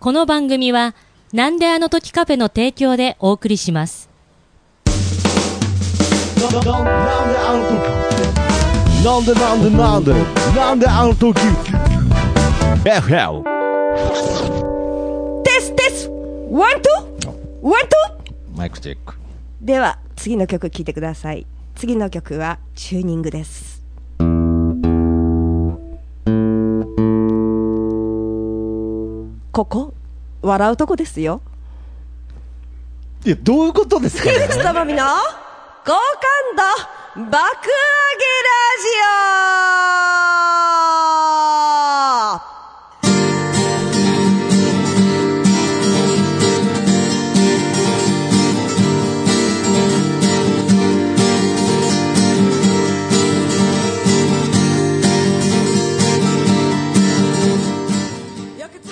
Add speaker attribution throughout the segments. Speaker 1: この番組は、なんであの時カフェの提供でお送りします。
Speaker 2: なんであの時なんでなんでなんでなんであの時 FL
Speaker 3: テステスワントゥワントゥ
Speaker 2: マイクチェック
Speaker 3: では次の曲聴いてください次の曲はチューニングですここ笑うとこですよ
Speaker 2: いやどういうことですか
Speaker 3: 樋口智美の好感度爆上げラジオ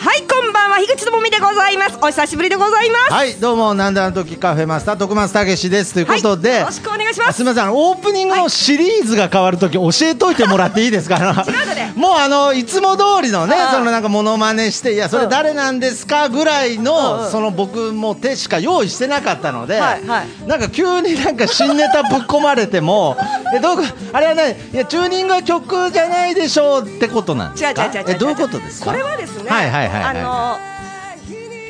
Speaker 3: はいこんばんは樋口智美でございますお久しぶりでございます
Speaker 4: はい、どうも、なんであの時カフェマスター、徳松たけしです。ということで、
Speaker 3: はいよろしくお願いします
Speaker 4: あすみません、あのオープニングのシリーズが変わるとき、教えといてもらっていいですか。あの
Speaker 3: 違うのね
Speaker 4: もう、あの、いつも通りのね
Speaker 3: うん、
Speaker 4: そのなんかモノマネして、いや、それ誰なんですかぐらい
Speaker 3: うんうん
Speaker 4: の、その僕も手しか用意してなかったので。
Speaker 3: はいはい
Speaker 4: なんか急になんか新ネタぶっ込まれて も、え、どうか、あれはね、いや、チューニングは曲じゃないでしょうってことなんで
Speaker 3: 違う違
Speaker 4: すか。
Speaker 3: う違う違う
Speaker 4: え、どういうことですか。
Speaker 3: これはですね、
Speaker 4: はいはいはいはい
Speaker 3: あの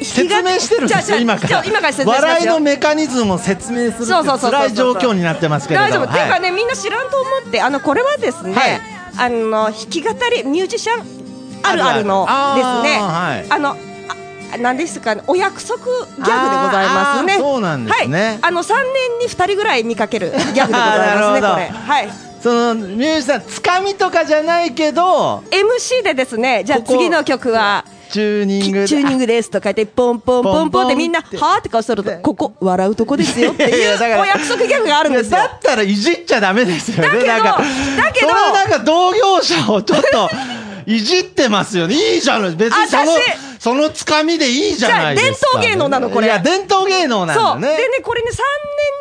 Speaker 4: 説明してるんですよ今から
Speaker 3: 今から説明しま
Speaker 4: 笑
Speaker 3: す
Speaker 4: い
Speaker 3: よ
Speaker 4: のメカニズムを説明する
Speaker 3: そう
Speaker 4: っ
Speaker 3: そうそう
Speaker 4: て
Speaker 3: そう
Speaker 4: 辛い状況になってますけれ
Speaker 3: 大
Speaker 4: ど
Speaker 3: 丈
Speaker 4: も
Speaker 3: 夫、ていうかねみんな知らんと思ってあのこれはですね、
Speaker 4: はい
Speaker 3: あの弾き語りミュージシャンあるあるの
Speaker 4: ある
Speaker 3: です
Speaker 4: ある
Speaker 3: ねあ,、
Speaker 4: あーはい
Speaker 3: のあなんですかねお約束ギャグでございますね
Speaker 4: あーあーそうなんですね
Speaker 3: はい、あの三年に二人ぐらい見かけるギャグでございますね
Speaker 4: なるほど
Speaker 3: これはい
Speaker 4: そのミュージシャンつかみとかじゃないけど
Speaker 3: MC でですねじゃあ
Speaker 4: ここ
Speaker 3: 次の曲は
Speaker 4: チューニングで
Speaker 3: チューニングですとか言ってポンポンポンポ
Speaker 4: ポンポ
Speaker 3: ンって
Speaker 4: ンって
Speaker 3: みんなはーって顔するとここ笑うとこですよって
Speaker 4: いや
Speaker 3: いう
Speaker 4: いやだから
Speaker 3: お約束ギャグがあるんですよ
Speaker 4: いやだったらいじっちゃダメですよね
Speaker 3: だけど
Speaker 4: なんか
Speaker 3: だけど
Speaker 4: そのなんか同業者をちょっといじってますよねいいじゃない別にその
Speaker 3: 私
Speaker 4: そのつかみでいいじゃないですか、
Speaker 3: じゃあ伝統芸能なのこれ
Speaker 4: いや伝統芸能な
Speaker 3: そ
Speaker 4: ん
Speaker 3: う
Speaker 4: だね
Speaker 3: でねこれね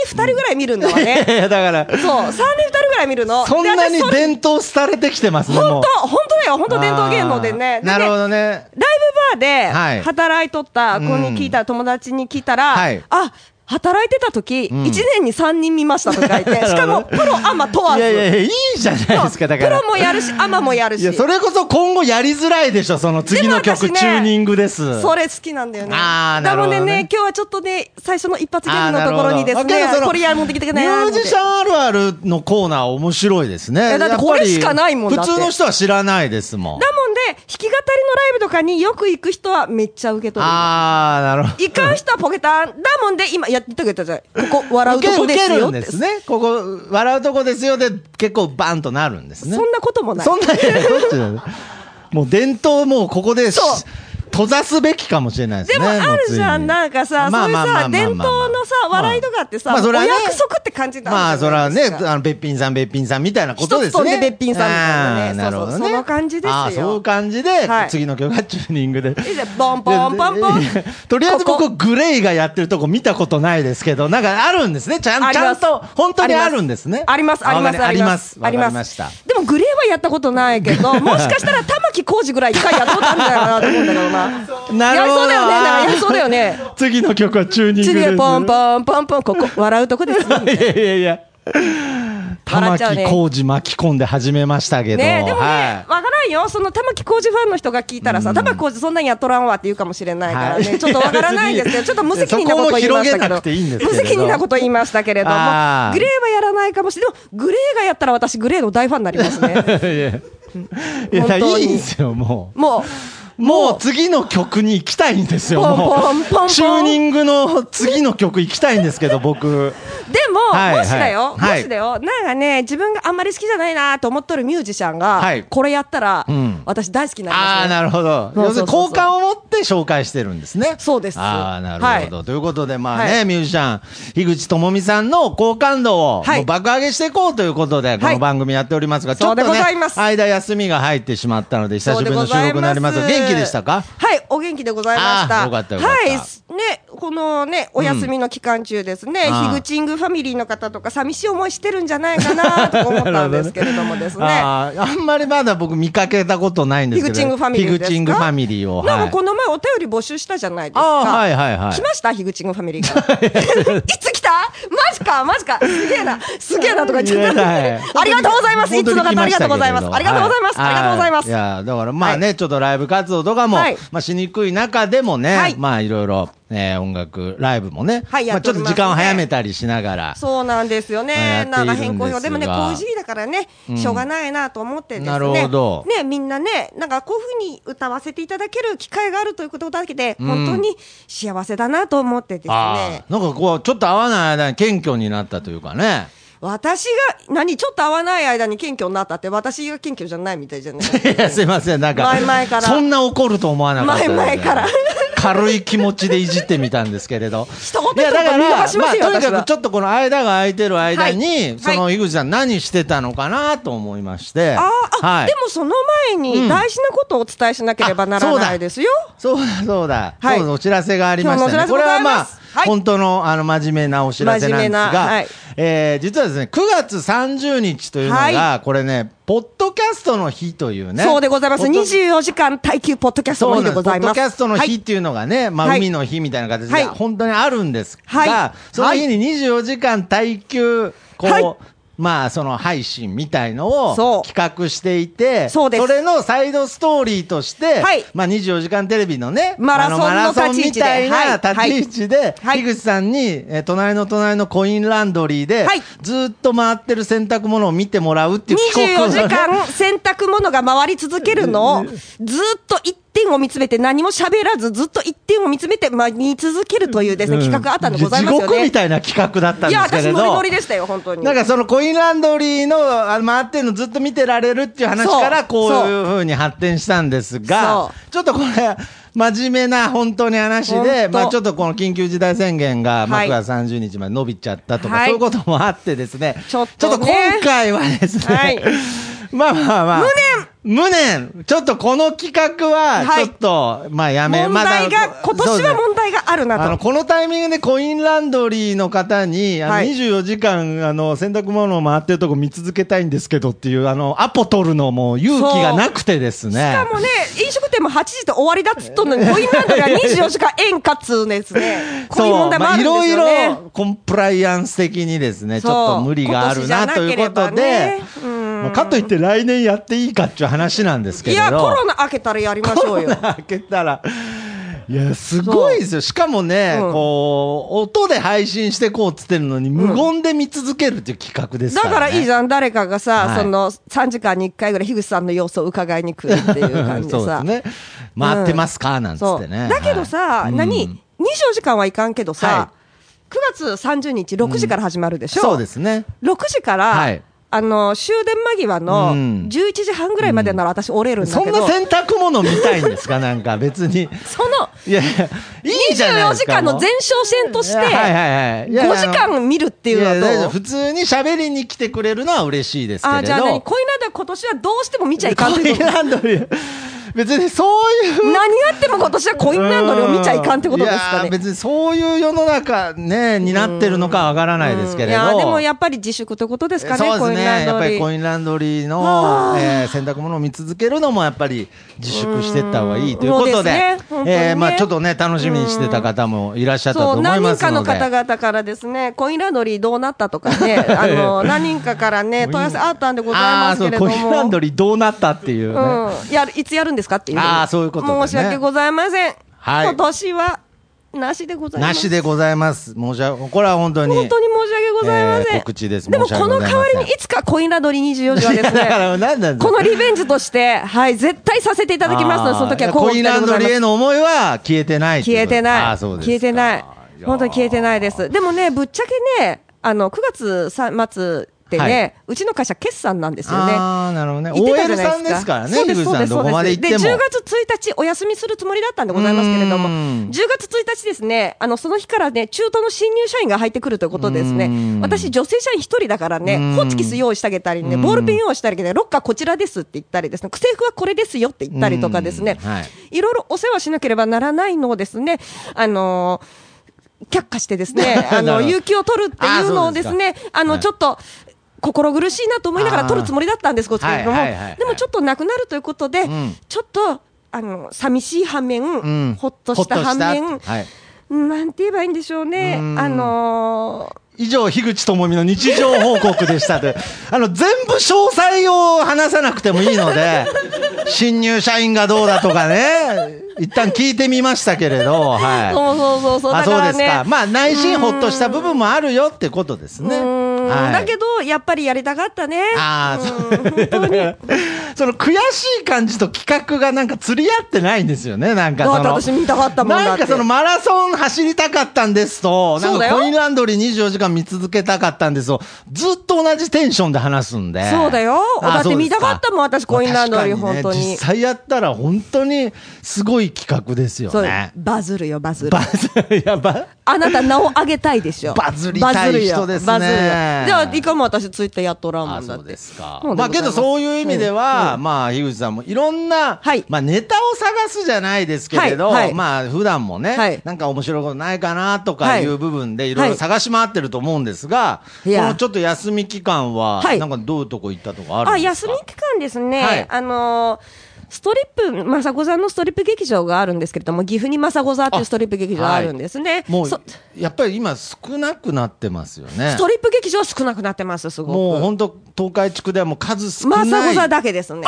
Speaker 3: 3年に2人ぐらい見るんだわね
Speaker 4: いやいやだから
Speaker 3: そう3年2人ぐらい見るの
Speaker 4: そんなに
Speaker 3: で私それ
Speaker 4: 伝統廃れてきてますねも
Speaker 3: 本
Speaker 4: う
Speaker 3: 当本当だよ本当伝統芸能でね
Speaker 4: あーなるほど
Speaker 3: でね
Speaker 4: ね
Speaker 3: ライブバ
Speaker 4: は
Speaker 3: ーで
Speaker 4: い
Speaker 3: 働いとった子に聞いたら、友達に聞いたら、
Speaker 4: はい
Speaker 3: あ働いてた時、一
Speaker 4: ん
Speaker 3: 1年に3人見ましたとか言 って、しかもプロアマ問わず
Speaker 4: いやいやいやいいじゃないです
Speaker 3: そう
Speaker 4: かだから
Speaker 3: プロもやるしアマもやるし
Speaker 4: いや、それこそ今後やりづらいでしょ、その次の曲、
Speaker 3: でも私ね
Speaker 4: チューニングです。
Speaker 3: それ好きなんだよね。
Speaker 4: あーなるほどね
Speaker 3: だもんでね、今日はちょっとね、最初の一発ギャグ
Speaker 4: あー
Speaker 3: の
Speaker 4: な
Speaker 3: と
Speaker 4: るほ
Speaker 3: こ
Speaker 4: ど
Speaker 3: ろにです
Speaker 4: だけど
Speaker 3: ね
Speaker 4: そ、の
Speaker 3: これやるもんできてくれ
Speaker 4: ミ
Speaker 3: ないなと
Speaker 4: ュ
Speaker 3: 思
Speaker 4: ー
Speaker 3: って
Speaker 4: ジシャンあるあるのコーナー面白いですね。
Speaker 3: やだっ
Speaker 4: やっ
Speaker 3: て
Speaker 4: ぱり
Speaker 3: これしかないもんだっ
Speaker 4: 普
Speaker 3: て
Speaker 4: 通の人は知らないですもん。
Speaker 3: だもんで、弾き語りのライブとかによく行く人はめっちゃ受け取る。
Speaker 4: あー、なるほど。
Speaker 3: 行かん人はポケタン。だもんで、今、やってたけど、ここ、笑う
Speaker 4: 受
Speaker 3: と
Speaker 4: け
Speaker 3: こ
Speaker 4: 受
Speaker 3: で
Speaker 4: け
Speaker 3: す
Speaker 4: る
Speaker 3: よ
Speaker 4: ん
Speaker 3: って。
Speaker 4: ですね。ここ、笑うとこですよで、結構バンとなるんですね。
Speaker 3: そんなこともない。
Speaker 4: そんな、いやどっちだろうもう伝統もうここでし
Speaker 3: そう
Speaker 4: 閉ざすべきかもしれないです
Speaker 3: で
Speaker 4: ね。
Speaker 3: もあるじゃん、なんかさ、そういうさ、伝統のさ、笑いとかってさ、お約束って感じ
Speaker 4: だ
Speaker 3: だ
Speaker 4: まあ、それはね、あの、べっぴんさん、べっぴんさんみたいなことですね。
Speaker 3: 一つ飛んでべっぴんさんみたいなね
Speaker 4: あーなるほど
Speaker 3: そ
Speaker 4: ね。
Speaker 3: うそうその感じですよ
Speaker 4: あーそういう感じで
Speaker 3: はい、
Speaker 4: 次の曲がチューニングで。
Speaker 3: ボンポンポンポン
Speaker 4: いやいやとりあえず
Speaker 3: こ
Speaker 4: 僕、グレイがやってるとこ見たことないですけど、なんかあるんですね。ちゃ
Speaker 3: あ
Speaker 4: ん、ち
Speaker 3: り
Speaker 4: ゃ
Speaker 3: ま
Speaker 4: ん
Speaker 3: す
Speaker 4: と、本当にあるんですね。
Speaker 3: あります、あります、
Speaker 4: あ
Speaker 3: あ
Speaker 4: わか
Speaker 3: り
Speaker 4: り
Speaker 3: ま
Speaker 4: ますす。。
Speaker 3: あり
Speaker 4: わか
Speaker 3: ま
Speaker 4: りまし
Speaker 3: す
Speaker 4: た。。
Speaker 3: でも、グレーはやったことないけ ど、もしかしたら玉置浩二ぐらい一回やったことあるんじゃないかなと思うんだけど な。
Speaker 4: なるほど
Speaker 3: やりそうだよね、なんかやりそうだよね。
Speaker 4: 次の曲はチューニング
Speaker 3: 次
Speaker 4: です。
Speaker 3: でポンポンポンポン、こ こ、笑うとこですよ。
Speaker 4: いやいやいや。
Speaker 3: 笑
Speaker 4: 玉
Speaker 3: っちゃうね
Speaker 4: 置浩二巻き込んで始めましたけど。
Speaker 3: ね、でもね、
Speaker 4: は
Speaker 3: わからんよ、その玉置浩二ファンの人が聞いたらさ、玉置浩二そんなんやっとらんわって言うかもしれないから
Speaker 4: は
Speaker 3: ね、
Speaker 4: い
Speaker 3: ちょっとわからない んですけど、ちょっと無責任なことを言いましたけ
Speaker 4: そこも広げな
Speaker 3: ど
Speaker 4: くていいんです、けれ
Speaker 3: 無
Speaker 4: ど
Speaker 3: 責任なことを言いましたけれども、グレー
Speaker 4: あ
Speaker 3: は
Speaker 4: ー
Speaker 3: やらないかもしれない、でも、グレーがやったら私、グレーの大ファンになりますね。
Speaker 4: い。いやいや、
Speaker 3: 本
Speaker 4: い
Speaker 3: 当に
Speaker 4: いんですよ、も
Speaker 3: もう
Speaker 4: う。もう次の曲に行きたいんですよ、
Speaker 3: ポン
Speaker 4: も
Speaker 3: ポンポンポン
Speaker 4: う。チューニングの次の曲行きたいんですけど、 僕。
Speaker 3: でも、
Speaker 4: はい
Speaker 3: もしだよ、
Speaker 4: はい
Speaker 3: もしだよ、なんかね、自分があんまり好きじゃないなと思っとるミュージシャンが、
Speaker 4: はい
Speaker 3: これやったら、
Speaker 4: ん
Speaker 3: 私大好きになり
Speaker 4: あ
Speaker 3: ま
Speaker 4: あ、
Speaker 3: す、ね。
Speaker 4: なるほど。
Speaker 3: そう
Speaker 4: 要
Speaker 3: そ
Speaker 4: す
Speaker 3: うそ
Speaker 4: るに
Speaker 3: うそう
Speaker 4: 好感を持って紹介してるんですね。
Speaker 3: そうです
Speaker 4: ああ、なるほ
Speaker 3: は
Speaker 4: ど。ということで、まあ
Speaker 3: は
Speaker 4: ね、ミュージシャン、樋口智美さんの好感度を
Speaker 3: はい
Speaker 4: もう爆上げしていこうということで、この番組やっておりますが、ちょっと
Speaker 3: そうで
Speaker 4: ね
Speaker 3: ございます、
Speaker 4: 間休みが入ってしまったので、久しぶりの収録になりますが、元気でしたか
Speaker 3: はい、お元気でございました。
Speaker 4: あーよかったよかった
Speaker 3: はい、ね、このね、お休みの期間中ですね、
Speaker 4: ああ
Speaker 3: ヒグチングファミリーの方とか、寂しい思いしてるんじゃないかなとか思ったんですけれども ですね。
Speaker 4: あーあんまりまだ僕見かけたことないんですけど。
Speaker 3: ヒグチングファミリーです
Speaker 4: ヒ
Speaker 3: か
Speaker 4: グチングファミリーを。
Speaker 3: なん
Speaker 4: は
Speaker 3: か
Speaker 4: い
Speaker 3: この前お便り募集したじゃないですか。
Speaker 4: あーはいはいはい
Speaker 3: 来ましたヒグチングファミリーから。 いつ来たマジかマジかすげえなすげえなとか言っちゃっ
Speaker 4: いや
Speaker 3: た。
Speaker 4: はい
Speaker 3: ありがとうございます。い
Speaker 4: 本
Speaker 3: つ
Speaker 4: 当に
Speaker 3: の方ありがとうございます。
Speaker 4: 来
Speaker 3: ありがとうございます。ありがとうございます。
Speaker 4: はや、だからまあね、ちょっとライブ活動とかも、
Speaker 3: はい
Speaker 4: まあしにくい中でもね、
Speaker 3: はい
Speaker 4: まあいろいろ、えー音楽、ライブもね、
Speaker 3: はいや
Speaker 4: まあ
Speaker 3: って
Speaker 4: ちょっ
Speaker 3: おり
Speaker 4: と
Speaker 3: ます
Speaker 4: 時間を早めたりしながら。
Speaker 3: そうなんですよ
Speaker 4: まあやっ。
Speaker 3: ね
Speaker 4: ている
Speaker 3: なんん
Speaker 4: で
Speaker 3: か
Speaker 4: すが
Speaker 3: 変更表でもね、こういう時期だからね、しょうがないなと思ってですね。
Speaker 4: なるほど
Speaker 3: ね、みんなね、なんかこういうふうに歌わせていただける機会があるということだけで、
Speaker 4: ん
Speaker 3: 本当に幸せだなと思ってです
Speaker 4: あ
Speaker 3: ね。
Speaker 4: あ、なんかこう、ちょっと合わない間に謙虚になったというかね。
Speaker 3: 私が、何、ちょっと合わない間に謙虚になったって、私が謙虚じゃないみたいじゃない
Speaker 4: いや、すいません、なんか、
Speaker 3: 前々から
Speaker 4: そんな怒ると思わなかったので。
Speaker 3: 前々から
Speaker 4: 軽い気持ちでいじってみたんですけれど。
Speaker 3: 一言
Speaker 4: いや、だか
Speaker 3: 一言見
Speaker 4: ら、
Speaker 3: 逃しますよ
Speaker 4: とに
Speaker 3: 私
Speaker 4: か
Speaker 3: は
Speaker 4: くちょっとこの間が空いてる間に、
Speaker 3: はい
Speaker 4: その井口さん何してたのかなと思いまして。
Speaker 3: あーあ、
Speaker 4: はい
Speaker 3: で。もその前に大事なことをお伝えしなければなら
Speaker 4: あそう
Speaker 3: な
Speaker 4: だ
Speaker 3: いですよ。
Speaker 4: そうだ、そうだ。
Speaker 3: はい
Speaker 4: そうだお知らせがありました
Speaker 3: 今
Speaker 4: ね。
Speaker 3: 日の
Speaker 4: こ
Speaker 3: お知
Speaker 4: れ
Speaker 3: ら
Speaker 4: は
Speaker 3: せござ
Speaker 4: ま
Speaker 3: いま
Speaker 4: あ
Speaker 3: すはい、
Speaker 4: 本当の、あの、真面目なお知らせなんです
Speaker 3: 真面目なは
Speaker 4: が
Speaker 3: い、
Speaker 4: えー実はですね、9月30日というの
Speaker 3: は
Speaker 4: が、これね、ポッドキャストの日というね。
Speaker 3: そうでございます。
Speaker 4: ポッド
Speaker 3: 24時間耐久ポッドキャスト
Speaker 4: そ
Speaker 3: の
Speaker 4: う
Speaker 3: 日
Speaker 4: なん
Speaker 3: で
Speaker 4: で
Speaker 3: ご
Speaker 4: す。ポ
Speaker 3: ざい
Speaker 4: ッ
Speaker 3: ます。
Speaker 4: ドキャストの
Speaker 3: はい
Speaker 4: 日っていうのがね、まあ、
Speaker 3: はい
Speaker 4: 海の日みたいな形
Speaker 3: は
Speaker 4: で
Speaker 3: い
Speaker 4: 本当にあるんですが、
Speaker 3: はい
Speaker 4: その日に24時間耐久、こう、
Speaker 3: はい
Speaker 4: まあ、その配信みたいの
Speaker 3: そ
Speaker 4: を
Speaker 3: う
Speaker 4: 企画していて、
Speaker 3: そうです
Speaker 4: れのサイドストーリーとして、
Speaker 3: はい
Speaker 4: まあ、24時間テレビのね、
Speaker 3: マラソンの
Speaker 4: あマラソンみたいな
Speaker 3: 立
Speaker 4: 立
Speaker 3: ち
Speaker 4: ち
Speaker 3: 位
Speaker 4: 位置で、
Speaker 3: はい
Speaker 4: 樋口さんに、えー隣の隣のコインランドリーで、
Speaker 3: はい
Speaker 4: ずっと回ってる洗濯物を見てもらうっていう企画を
Speaker 3: 24時間洗濯物が回り続けるのを、ずっと一点を見つめて、何も喋らず、ずっと一点を見つめて、まあ、見続けるというですね、企画があったんでございますよね。
Speaker 4: 地獄みたいな企画だったん
Speaker 3: い
Speaker 4: で
Speaker 3: や、
Speaker 4: すけ
Speaker 3: 私
Speaker 4: れど。
Speaker 3: ノリノリでしたよ、本当に。
Speaker 4: なんかそのコインランドリーのあの回ってるのずっと見てられるっていう話
Speaker 3: そう
Speaker 4: からこういうふうに発展したんです
Speaker 3: そ
Speaker 4: が、ちょっとこれ、真面目な本当に話
Speaker 3: 本
Speaker 4: で、
Speaker 3: 当
Speaker 4: まあちょっとこの緊急事態宣言が
Speaker 3: は
Speaker 4: まあ
Speaker 3: い
Speaker 4: 9月30日まで伸びちゃったとか、
Speaker 3: はい
Speaker 4: そういうこともあってですね、
Speaker 3: ちょっ
Speaker 4: ちょ
Speaker 3: とね
Speaker 4: っと今回はですね、
Speaker 3: はい
Speaker 4: まあまあまあ、無念無念ちょっとこの企画は、
Speaker 3: はい
Speaker 4: ちょっと、まあやめ、
Speaker 3: 問題
Speaker 4: ま
Speaker 3: が
Speaker 4: だ、
Speaker 3: 今
Speaker 4: そう
Speaker 3: 年
Speaker 4: です
Speaker 3: は
Speaker 4: ね
Speaker 3: 問題があるな
Speaker 4: あの
Speaker 3: と。
Speaker 4: このタイミングでコインランドリーの方に、あの
Speaker 3: はい
Speaker 4: 24時間あの洗濯物を回ってるとこ見続けたいんですけどっていうあのアポ取るのも勇気がなくてです
Speaker 3: し
Speaker 4: ね。
Speaker 3: かもね、飲食店も8時で終わりだっつっとんのに、コインランドリーは24時間円かつですね。 こういう問題もあるんですよね。
Speaker 4: まあいろいろコンプライアンス的にですね、ち
Speaker 3: そう
Speaker 4: ょっと無理があるなということ
Speaker 3: 今年じゃなけ
Speaker 4: で
Speaker 3: れ、ばね
Speaker 4: まあかといって来年やっていいかっていう話なんですけ
Speaker 3: い
Speaker 4: れど。
Speaker 3: や、コロナ明けたらやりましょうよ。
Speaker 4: 開けたら。いや、すごいですよ。しかもね、
Speaker 3: うん
Speaker 4: こう、音で配信してこうっつってるのに、無言で見続けるっていう企画です
Speaker 3: だ
Speaker 4: から、ね。
Speaker 3: からいいじゃん、誰かがさ、
Speaker 4: はい
Speaker 3: その3時間に1回ぐらい、樋口さんの様子を伺いに来るっていう感じ で
Speaker 4: そうで
Speaker 3: さ
Speaker 4: す。ね。回ってますか、なんつ
Speaker 3: そ
Speaker 4: っ
Speaker 3: う
Speaker 4: てね。
Speaker 3: だけどさ、
Speaker 4: はい
Speaker 3: 何、
Speaker 4: うん
Speaker 3: 24時間はいかんけどさ、
Speaker 4: は
Speaker 3: 9月30日、6時から始まるでしょ、
Speaker 4: そうですね。
Speaker 3: 6時から、
Speaker 4: はい
Speaker 3: あの終電間際の
Speaker 4: うん
Speaker 3: 11時半ぐらいまでなら私、折れるんだ
Speaker 4: そ
Speaker 3: け
Speaker 4: ん
Speaker 3: ど、
Speaker 4: な洗濯物見たいんですかなんか別 に。
Speaker 3: その
Speaker 4: いやいや、いいじゃない
Speaker 3: 24
Speaker 4: です
Speaker 3: 時
Speaker 4: か。
Speaker 3: 間の
Speaker 4: もう
Speaker 3: 前哨戦とし
Speaker 4: い
Speaker 3: て、
Speaker 4: やはいはいはいいや
Speaker 3: 5時
Speaker 4: あの
Speaker 3: 間見るってい
Speaker 4: いうや大
Speaker 3: の
Speaker 4: 丈夫
Speaker 3: はど
Speaker 4: 普
Speaker 3: う
Speaker 4: 通に喋りに来てくれるのは嬉しいですけれど。
Speaker 3: あじゃあ何、恋なんだ今年はどうしても見ちゃいかんと
Speaker 4: コ
Speaker 3: い
Speaker 4: イ
Speaker 3: う
Speaker 4: ン
Speaker 3: こと。
Speaker 4: ランドリー。別にそういう
Speaker 3: 何があっても今年はコインランドリーを見ちゃいかんってことです
Speaker 4: い
Speaker 3: か
Speaker 4: やー
Speaker 3: ね。
Speaker 4: 別にそういう世の中ね、になってるのかわからないですけれど。
Speaker 3: いやでもやっぱり自粛ということですかね、
Speaker 4: そう
Speaker 3: コ
Speaker 4: で
Speaker 3: イン
Speaker 4: すね。
Speaker 3: ラン
Speaker 4: やっ
Speaker 3: ド
Speaker 4: ぱ
Speaker 3: リ
Speaker 4: り
Speaker 3: ー。
Speaker 4: コインランドリー
Speaker 3: は
Speaker 4: の、
Speaker 3: あ
Speaker 4: えー洗濯物を見続けるのもやっぱり自粛してった方がいいというこ
Speaker 3: そう
Speaker 4: と
Speaker 3: で
Speaker 4: で、
Speaker 3: すね本当にね
Speaker 4: えーまあちょっとね、楽しみにしてた方もいらっしゃったと
Speaker 3: そう
Speaker 4: 思います
Speaker 3: 何
Speaker 4: ので。
Speaker 3: 人かの方々からですね、コインランドリーどうなったとか ね、あの何人かからね、問い合わせあったんでござい
Speaker 4: あ
Speaker 3: ま
Speaker 4: あ
Speaker 3: す
Speaker 4: そ
Speaker 3: け
Speaker 4: う、
Speaker 3: れど
Speaker 4: コ
Speaker 3: も、
Speaker 4: インランドリーどうなったっていうね。
Speaker 3: うん、やるいつやるんですかっていうふに
Speaker 4: あーそういうことでね
Speaker 3: 申し訳ございません、
Speaker 4: はい
Speaker 3: 今年はなしでございま
Speaker 4: な
Speaker 3: す。
Speaker 4: しでございます。申し訳、これは本当に。
Speaker 3: 本当に申し訳ございませ
Speaker 4: え
Speaker 3: ん、
Speaker 4: ー告知です
Speaker 3: でも
Speaker 4: 申し
Speaker 3: こ
Speaker 4: 訳
Speaker 3: の
Speaker 4: ございません
Speaker 3: 代わりにいつかコインランドリー24時はです
Speaker 4: だか
Speaker 3: ね、
Speaker 4: ら何なんだ
Speaker 3: このリベンジとして、はい、絶対させていただきますので、その時は
Speaker 4: あー
Speaker 3: こう
Speaker 4: コインランドリーへの思いは消えてないっていう
Speaker 3: 消
Speaker 4: こ
Speaker 3: え
Speaker 4: と
Speaker 3: てな
Speaker 4: あ
Speaker 3: い。
Speaker 4: ーそうですか
Speaker 3: 消えてない。本当に消えてないで
Speaker 4: い
Speaker 3: す。でもね、ぶっちゃけね、あの、9月さ末ってね、
Speaker 4: はいう
Speaker 3: ちの会社決算なんですよね。
Speaker 4: ああ、なるほどね。
Speaker 3: 言ってた
Speaker 4: OL
Speaker 3: じゃない
Speaker 4: さんですからね、
Speaker 3: そう
Speaker 4: 樋
Speaker 3: です
Speaker 4: 口
Speaker 3: そう
Speaker 4: さ
Speaker 3: で
Speaker 4: ん、
Speaker 3: すそ
Speaker 4: ど
Speaker 3: う
Speaker 4: こまで行っ
Speaker 3: で
Speaker 4: て
Speaker 3: す
Speaker 4: も。
Speaker 3: で10月1日お休みするつもりだったんでございますけれども、
Speaker 4: うん
Speaker 3: 10月1日ですね、あの、その日からね、中東の新入社員が入ってくるということです
Speaker 4: う
Speaker 3: ね
Speaker 4: ん、
Speaker 3: 私、女性社員一人だから
Speaker 4: う
Speaker 3: ね、
Speaker 4: ん
Speaker 3: ホチキス用意してあげたりね、
Speaker 4: うん
Speaker 3: ボールペン用意してあげたり、ロッカーこちらですって言ったりですね、制服はこれですよって言ったりとかですね
Speaker 4: うんはい、
Speaker 3: いろいろお世話しなければならないのをですね、あのー却下してですね、あ
Speaker 4: なるほど
Speaker 3: の、有給を取るっていうのをですね、あ
Speaker 4: は
Speaker 3: の、
Speaker 4: い
Speaker 3: ちょっと、心苦しいなと思いながら取るつもりだったんですけれども
Speaker 4: はいはいはいはい、
Speaker 3: でもちょっとなくなるということで
Speaker 4: ん、
Speaker 3: ちょっと、あの、寂しい反
Speaker 4: うん
Speaker 3: 面、ほっとした反
Speaker 4: ほ
Speaker 3: 面
Speaker 4: っとし、たはい
Speaker 3: なんて言えばいいんでしょうね。
Speaker 4: うん
Speaker 3: あの
Speaker 4: 以上、樋口智美の日常報告でした で、あの、全部詳細を話さなくてもいいので、新入社員がどうだとかね、一旦聞いてみましたけれど、
Speaker 3: ー、
Speaker 4: は
Speaker 3: そうそうそう
Speaker 4: い。
Speaker 3: そう、
Speaker 4: あ、
Speaker 3: だ
Speaker 4: そう
Speaker 3: から
Speaker 4: です
Speaker 3: ね
Speaker 4: か。。まあ、内心ほっとした部分もあるよってことですね。
Speaker 3: うん
Speaker 4: はい
Speaker 3: だけど、やっぱりやりたかったね。
Speaker 4: ああ、そう
Speaker 3: うん本当に。
Speaker 4: その悔しい感じと企画がなんか釣り合ってないんですよね、なんかその。
Speaker 3: 私見たかったもんだ
Speaker 4: な
Speaker 3: っ
Speaker 4: ん
Speaker 3: て。
Speaker 4: かそのマラソン走りたかったんですと、な
Speaker 3: そ
Speaker 4: ん
Speaker 3: うだ
Speaker 4: か
Speaker 3: よ
Speaker 4: コインランドリー24時間見続けたかったんですを、ずっと同じテンションで話すんで。
Speaker 3: そうだよ
Speaker 4: あ
Speaker 3: だって
Speaker 4: そうです
Speaker 3: 見たかったもん私コインランドリー
Speaker 4: まあ確か
Speaker 3: 本当
Speaker 4: ね
Speaker 3: に
Speaker 4: 実際やったら本当にすごい企画ですよ
Speaker 3: そう
Speaker 4: ね。
Speaker 3: バズるよ、バズる
Speaker 4: バ。ズ、やば。
Speaker 3: あなた名を上げたいでしょ。
Speaker 4: バズりたい人ですね
Speaker 3: バズるよ。じゃあ、いかも私ツイッターやっとらんも
Speaker 4: あ
Speaker 3: んだ
Speaker 4: そ
Speaker 3: っ
Speaker 4: う
Speaker 3: て。
Speaker 4: ですか
Speaker 3: そうでございます
Speaker 4: まあけどそういう意味では、まあ樋口さんもいろんな、
Speaker 3: はい
Speaker 4: まあネタを探すじゃないですけれど、
Speaker 3: はいはい
Speaker 4: まあ普段もね、
Speaker 3: はい
Speaker 4: なんか面白いことないかなとかいう部分でいろいろ探し回ってると思うんですが、
Speaker 3: いや
Speaker 4: このちょっと休み期間は、
Speaker 3: はい
Speaker 4: なんかどういうとこ行ったとかあ
Speaker 3: あ
Speaker 4: るんです
Speaker 3: 休
Speaker 4: か
Speaker 3: み期間ですね。
Speaker 4: はい
Speaker 3: あのーストリップ、まさこさんのストリップ劇場があるんですけれども、岐阜にまさこ座っていうストリップ劇場があるんですね。
Speaker 4: もう
Speaker 3: そ
Speaker 4: やっぱり今少なくなってますよね
Speaker 3: ストリップ劇場は少なくなってます、すごく。
Speaker 4: もう本当東海地区ではもう数少な
Speaker 3: ま
Speaker 4: い、
Speaker 3: さこ座だけですね。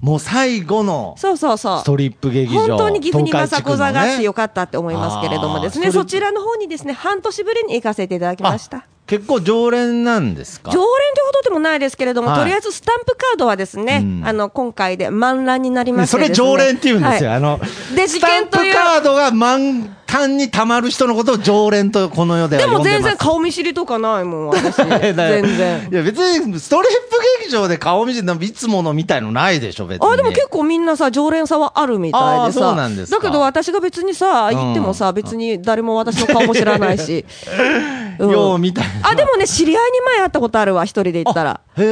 Speaker 4: もう最後の
Speaker 3: そうそうそう
Speaker 4: ス。トリップ劇場
Speaker 3: 本当に岐阜にまさこ座があってよ
Speaker 4: く
Speaker 3: かったって思いますけれどもです
Speaker 4: あ
Speaker 3: ね、
Speaker 4: ー
Speaker 3: そちらの方にですね、半年ぶりに行かせていただきました。
Speaker 4: 結構常連なんですか
Speaker 3: 常連というほどでもないですけれども、
Speaker 4: はい
Speaker 3: とりあえずスタンプカードはですね、
Speaker 4: うん
Speaker 3: あの、今回で満覧になりまして
Speaker 4: そ
Speaker 3: です、
Speaker 4: れ
Speaker 3: ね。
Speaker 4: 常連って言うんですよ。
Speaker 3: は
Speaker 4: あの、
Speaker 3: いで、
Speaker 4: ス
Speaker 3: 事
Speaker 4: タ
Speaker 3: 件
Speaker 4: ンプカ
Speaker 3: という。
Speaker 4: ードが満タンに溜まる人のことを常連とこの世では
Speaker 3: で
Speaker 4: 呼
Speaker 3: も
Speaker 4: んで
Speaker 3: 全
Speaker 4: ます。
Speaker 3: 然顔見知りとかないもん、私。全然。
Speaker 4: いや別にストリップ劇場で顔見せてなんかいつものみたいのないでしょ別に。
Speaker 3: あでも結構みんなさ、常連さんはあるみたいでさ、
Speaker 4: あーそうなんですか
Speaker 3: だけど私が別にさ、行ってもさ、別に誰も私の顔も知らないし、うん
Speaker 4: ようみたいな。
Speaker 3: あでもね、知り合いに前会ったことあるわ、一人で行ったら。
Speaker 4: へ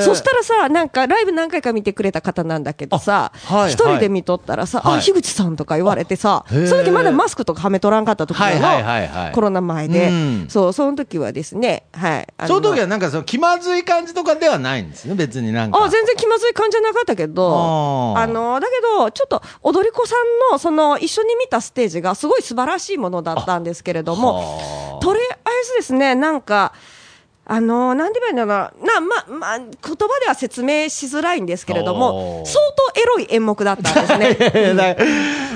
Speaker 4: え。
Speaker 3: そしたらさ、なんかライブ何回か見てくれた方なんだけどさ、一、
Speaker 4: あはい
Speaker 3: 人で見とったらさ、
Speaker 4: はい
Speaker 3: あ、樋口さんとか言われてさ、
Speaker 4: あへー
Speaker 3: その時まだマスクとかはめとらんかった時の、
Speaker 4: はいはいはいはい
Speaker 3: コロナ前で、
Speaker 4: うん
Speaker 3: そう、その時はですね、はい。あ
Speaker 4: その時はなんかその気まずい感じとかではないんですね別になんか。
Speaker 3: あ全然気まずい感じじゃなかったけど、
Speaker 4: あー
Speaker 3: あの、だけど、ちょっと、踊り子さんの、その、一緒に見たステージが、すごい素晴らしいものだったんですけれども、とりあえずですね、なんか、あの、なんで言えばいいんだろうな、な、ま、ま、言葉では説明しづらいんですけれども
Speaker 4: お、ー
Speaker 3: 相当エロい演目だったんですね。
Speaker 4: えー だ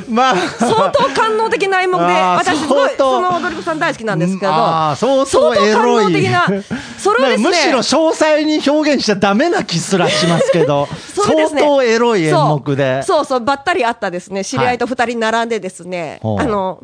Speaker 4: まあ。
Speaker 3: 相当官能的な演目で、
Speaker 4: あー
Speaker 3: 私すごい、
Speaker 4: 相当
Speaker 3: その踊り子さん大好きなんですけど、
Speaker 4: あー相当エ
Speaker 3: 官
Speaker 4: ロい
Speaker 3: 能的な、それをですね、
Speaker 4: むしろ詳細に表現しちゃダメな気すらしますけど、
Speaker 3: それですね
Speaker 4: 相当エロい演目で。
Speaker 3: そうそうそうばったり会ったですね知り合いと二人並んでですね、
Speaker 4: ほう
Speaker 3: あの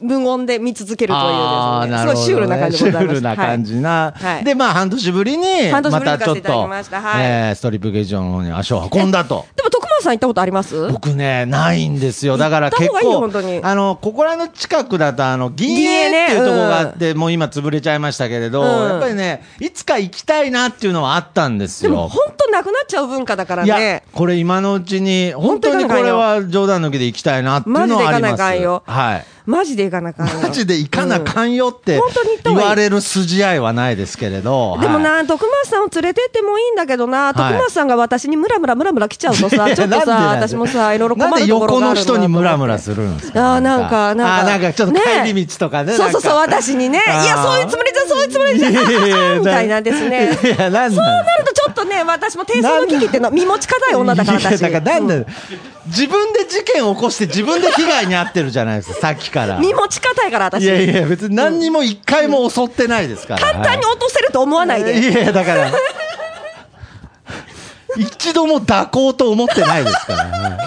Speaker 3: 無言で見続けるという
Speaker 4: ああー
Speaker 3: ですね
Speaker 4: な
Speaker 3: す
Speaker 4: る
Speaker 3: ご
Speaker 4: ほ
Speaker 3: い
Speaker 4: どね
Speaker 3: シュールな感じでございます
Speaker 4: シュールな感じな。
Speaker 3: はいはい
Speaker 4: で、まあ、半年ぶりに、
Speaker 3: 半年ぶ
Speaker 4: ま
Speaker 3: りに
Speaker 4: たちょっ
Speaker 3: 行かせていただ
Speaker 4: と
Speaker 3: き、ましたはい
Speaker 4: えーストリップ劇場の方に足を運んだと。
Speaker 3: でも徳間さん行ったことあります
Speaker 4: 僕ね、ないんですよ。だから
Speaker 3: 行った
Speaker 4: 結
Speaker 3: 方がいいよ
Speaker 4: 構
Speaker 3: 本当に、
Speaker 4: あの、ここらの近くだと、あの、銀営っていうところがあって、もう今潰れちゃいましたけれど、
Speaker 3: うん
Speaker 4: やっぱりね、いつか行きたいなっていうのはあったんです
Speaker 3: で
Speaker 4: よ。
Speaker 3: も本当なくなっちゃう文化だから
Speaker 4: いや
Speaker 3: ね、
Speaker 4: これ今のうちに、本
Speaker 3: 本
Speaker 4: 当
Speaker 3: 当
Speaker 4: に
Speaker 3: に
Speaker 4: これは冗談抜きで行きたいなっていうのはあります。
Speaker 3: マジで行かなあかんよ
Speaker 4: はい。
Speaker 3: マジで行かなあかんよ
Speaker 4: マジで行かなあかんよって
Speaker 3: うん本当に行った
Speaker 4: 言
Speaker 3: 方がいい
Speaker 4: われる筋合いはないですけれど。
Speaker 3: でも
Speaker 4: はい、
Speaker 3: な、徳松さんを連れてってもいいんだけどな、
Speaker 4: はい
Speaker 3: 徳松さんが私にムラムラムラムラ来ちゃうと
Speaker 4: い
Speaker 3: さ、
Speaker 4: や
Speaker 3: ちょっとさ、私もさ、いろいろ困
Speaker 4: なん
Speaker 3: る
Speaker 4: で
Speaker 3: ところ
Speaker 4: 横
Speaker 3: があ
Speaker 4: の
Speaker 3: る
Speaker 4: 人にムラムラ
Speaker 3: る。
Speaker 4: するんですか
Speaker 3: あーなんか、なんか。
Speaker 4: あーなんかちょっと帰り道とかね。
Speaker 3: そうそうそう、
Speaker 4: なんか
Speaker 3: 私にね。い
Speaker 4: あー
Speaker 3: や、そういうつもりじゃ、そういうつもりじゃ、あ
Speaker 4: いやいやい
Speaker 3: ー
Speaker 4: や
Speaker 3: みたいなんですね。
Speaker 4: いや、なん
Speaker 3: そう
Speaker 4: だ
Speaker 3: なるとちょっとね、私も定数の危機っていうのは身持ち硬い女だから
Speaker 4: いや
Speaker 3: 私。
Speaker 4: だからなんだ自分で事件を起こして自分で被害に遭ってるじゃないですか、さっきから。
Speaker 3: 身持ち硬いから私。
Speaker 4: いやいや、別に何にも一回も襲ってないですから。
Speaker 3: 簡単に落とせると思わない
Speaker 4: い
Speaker 3: で。
Speaker 4: やいや、だ から。一度も蛇行と思ってないですから。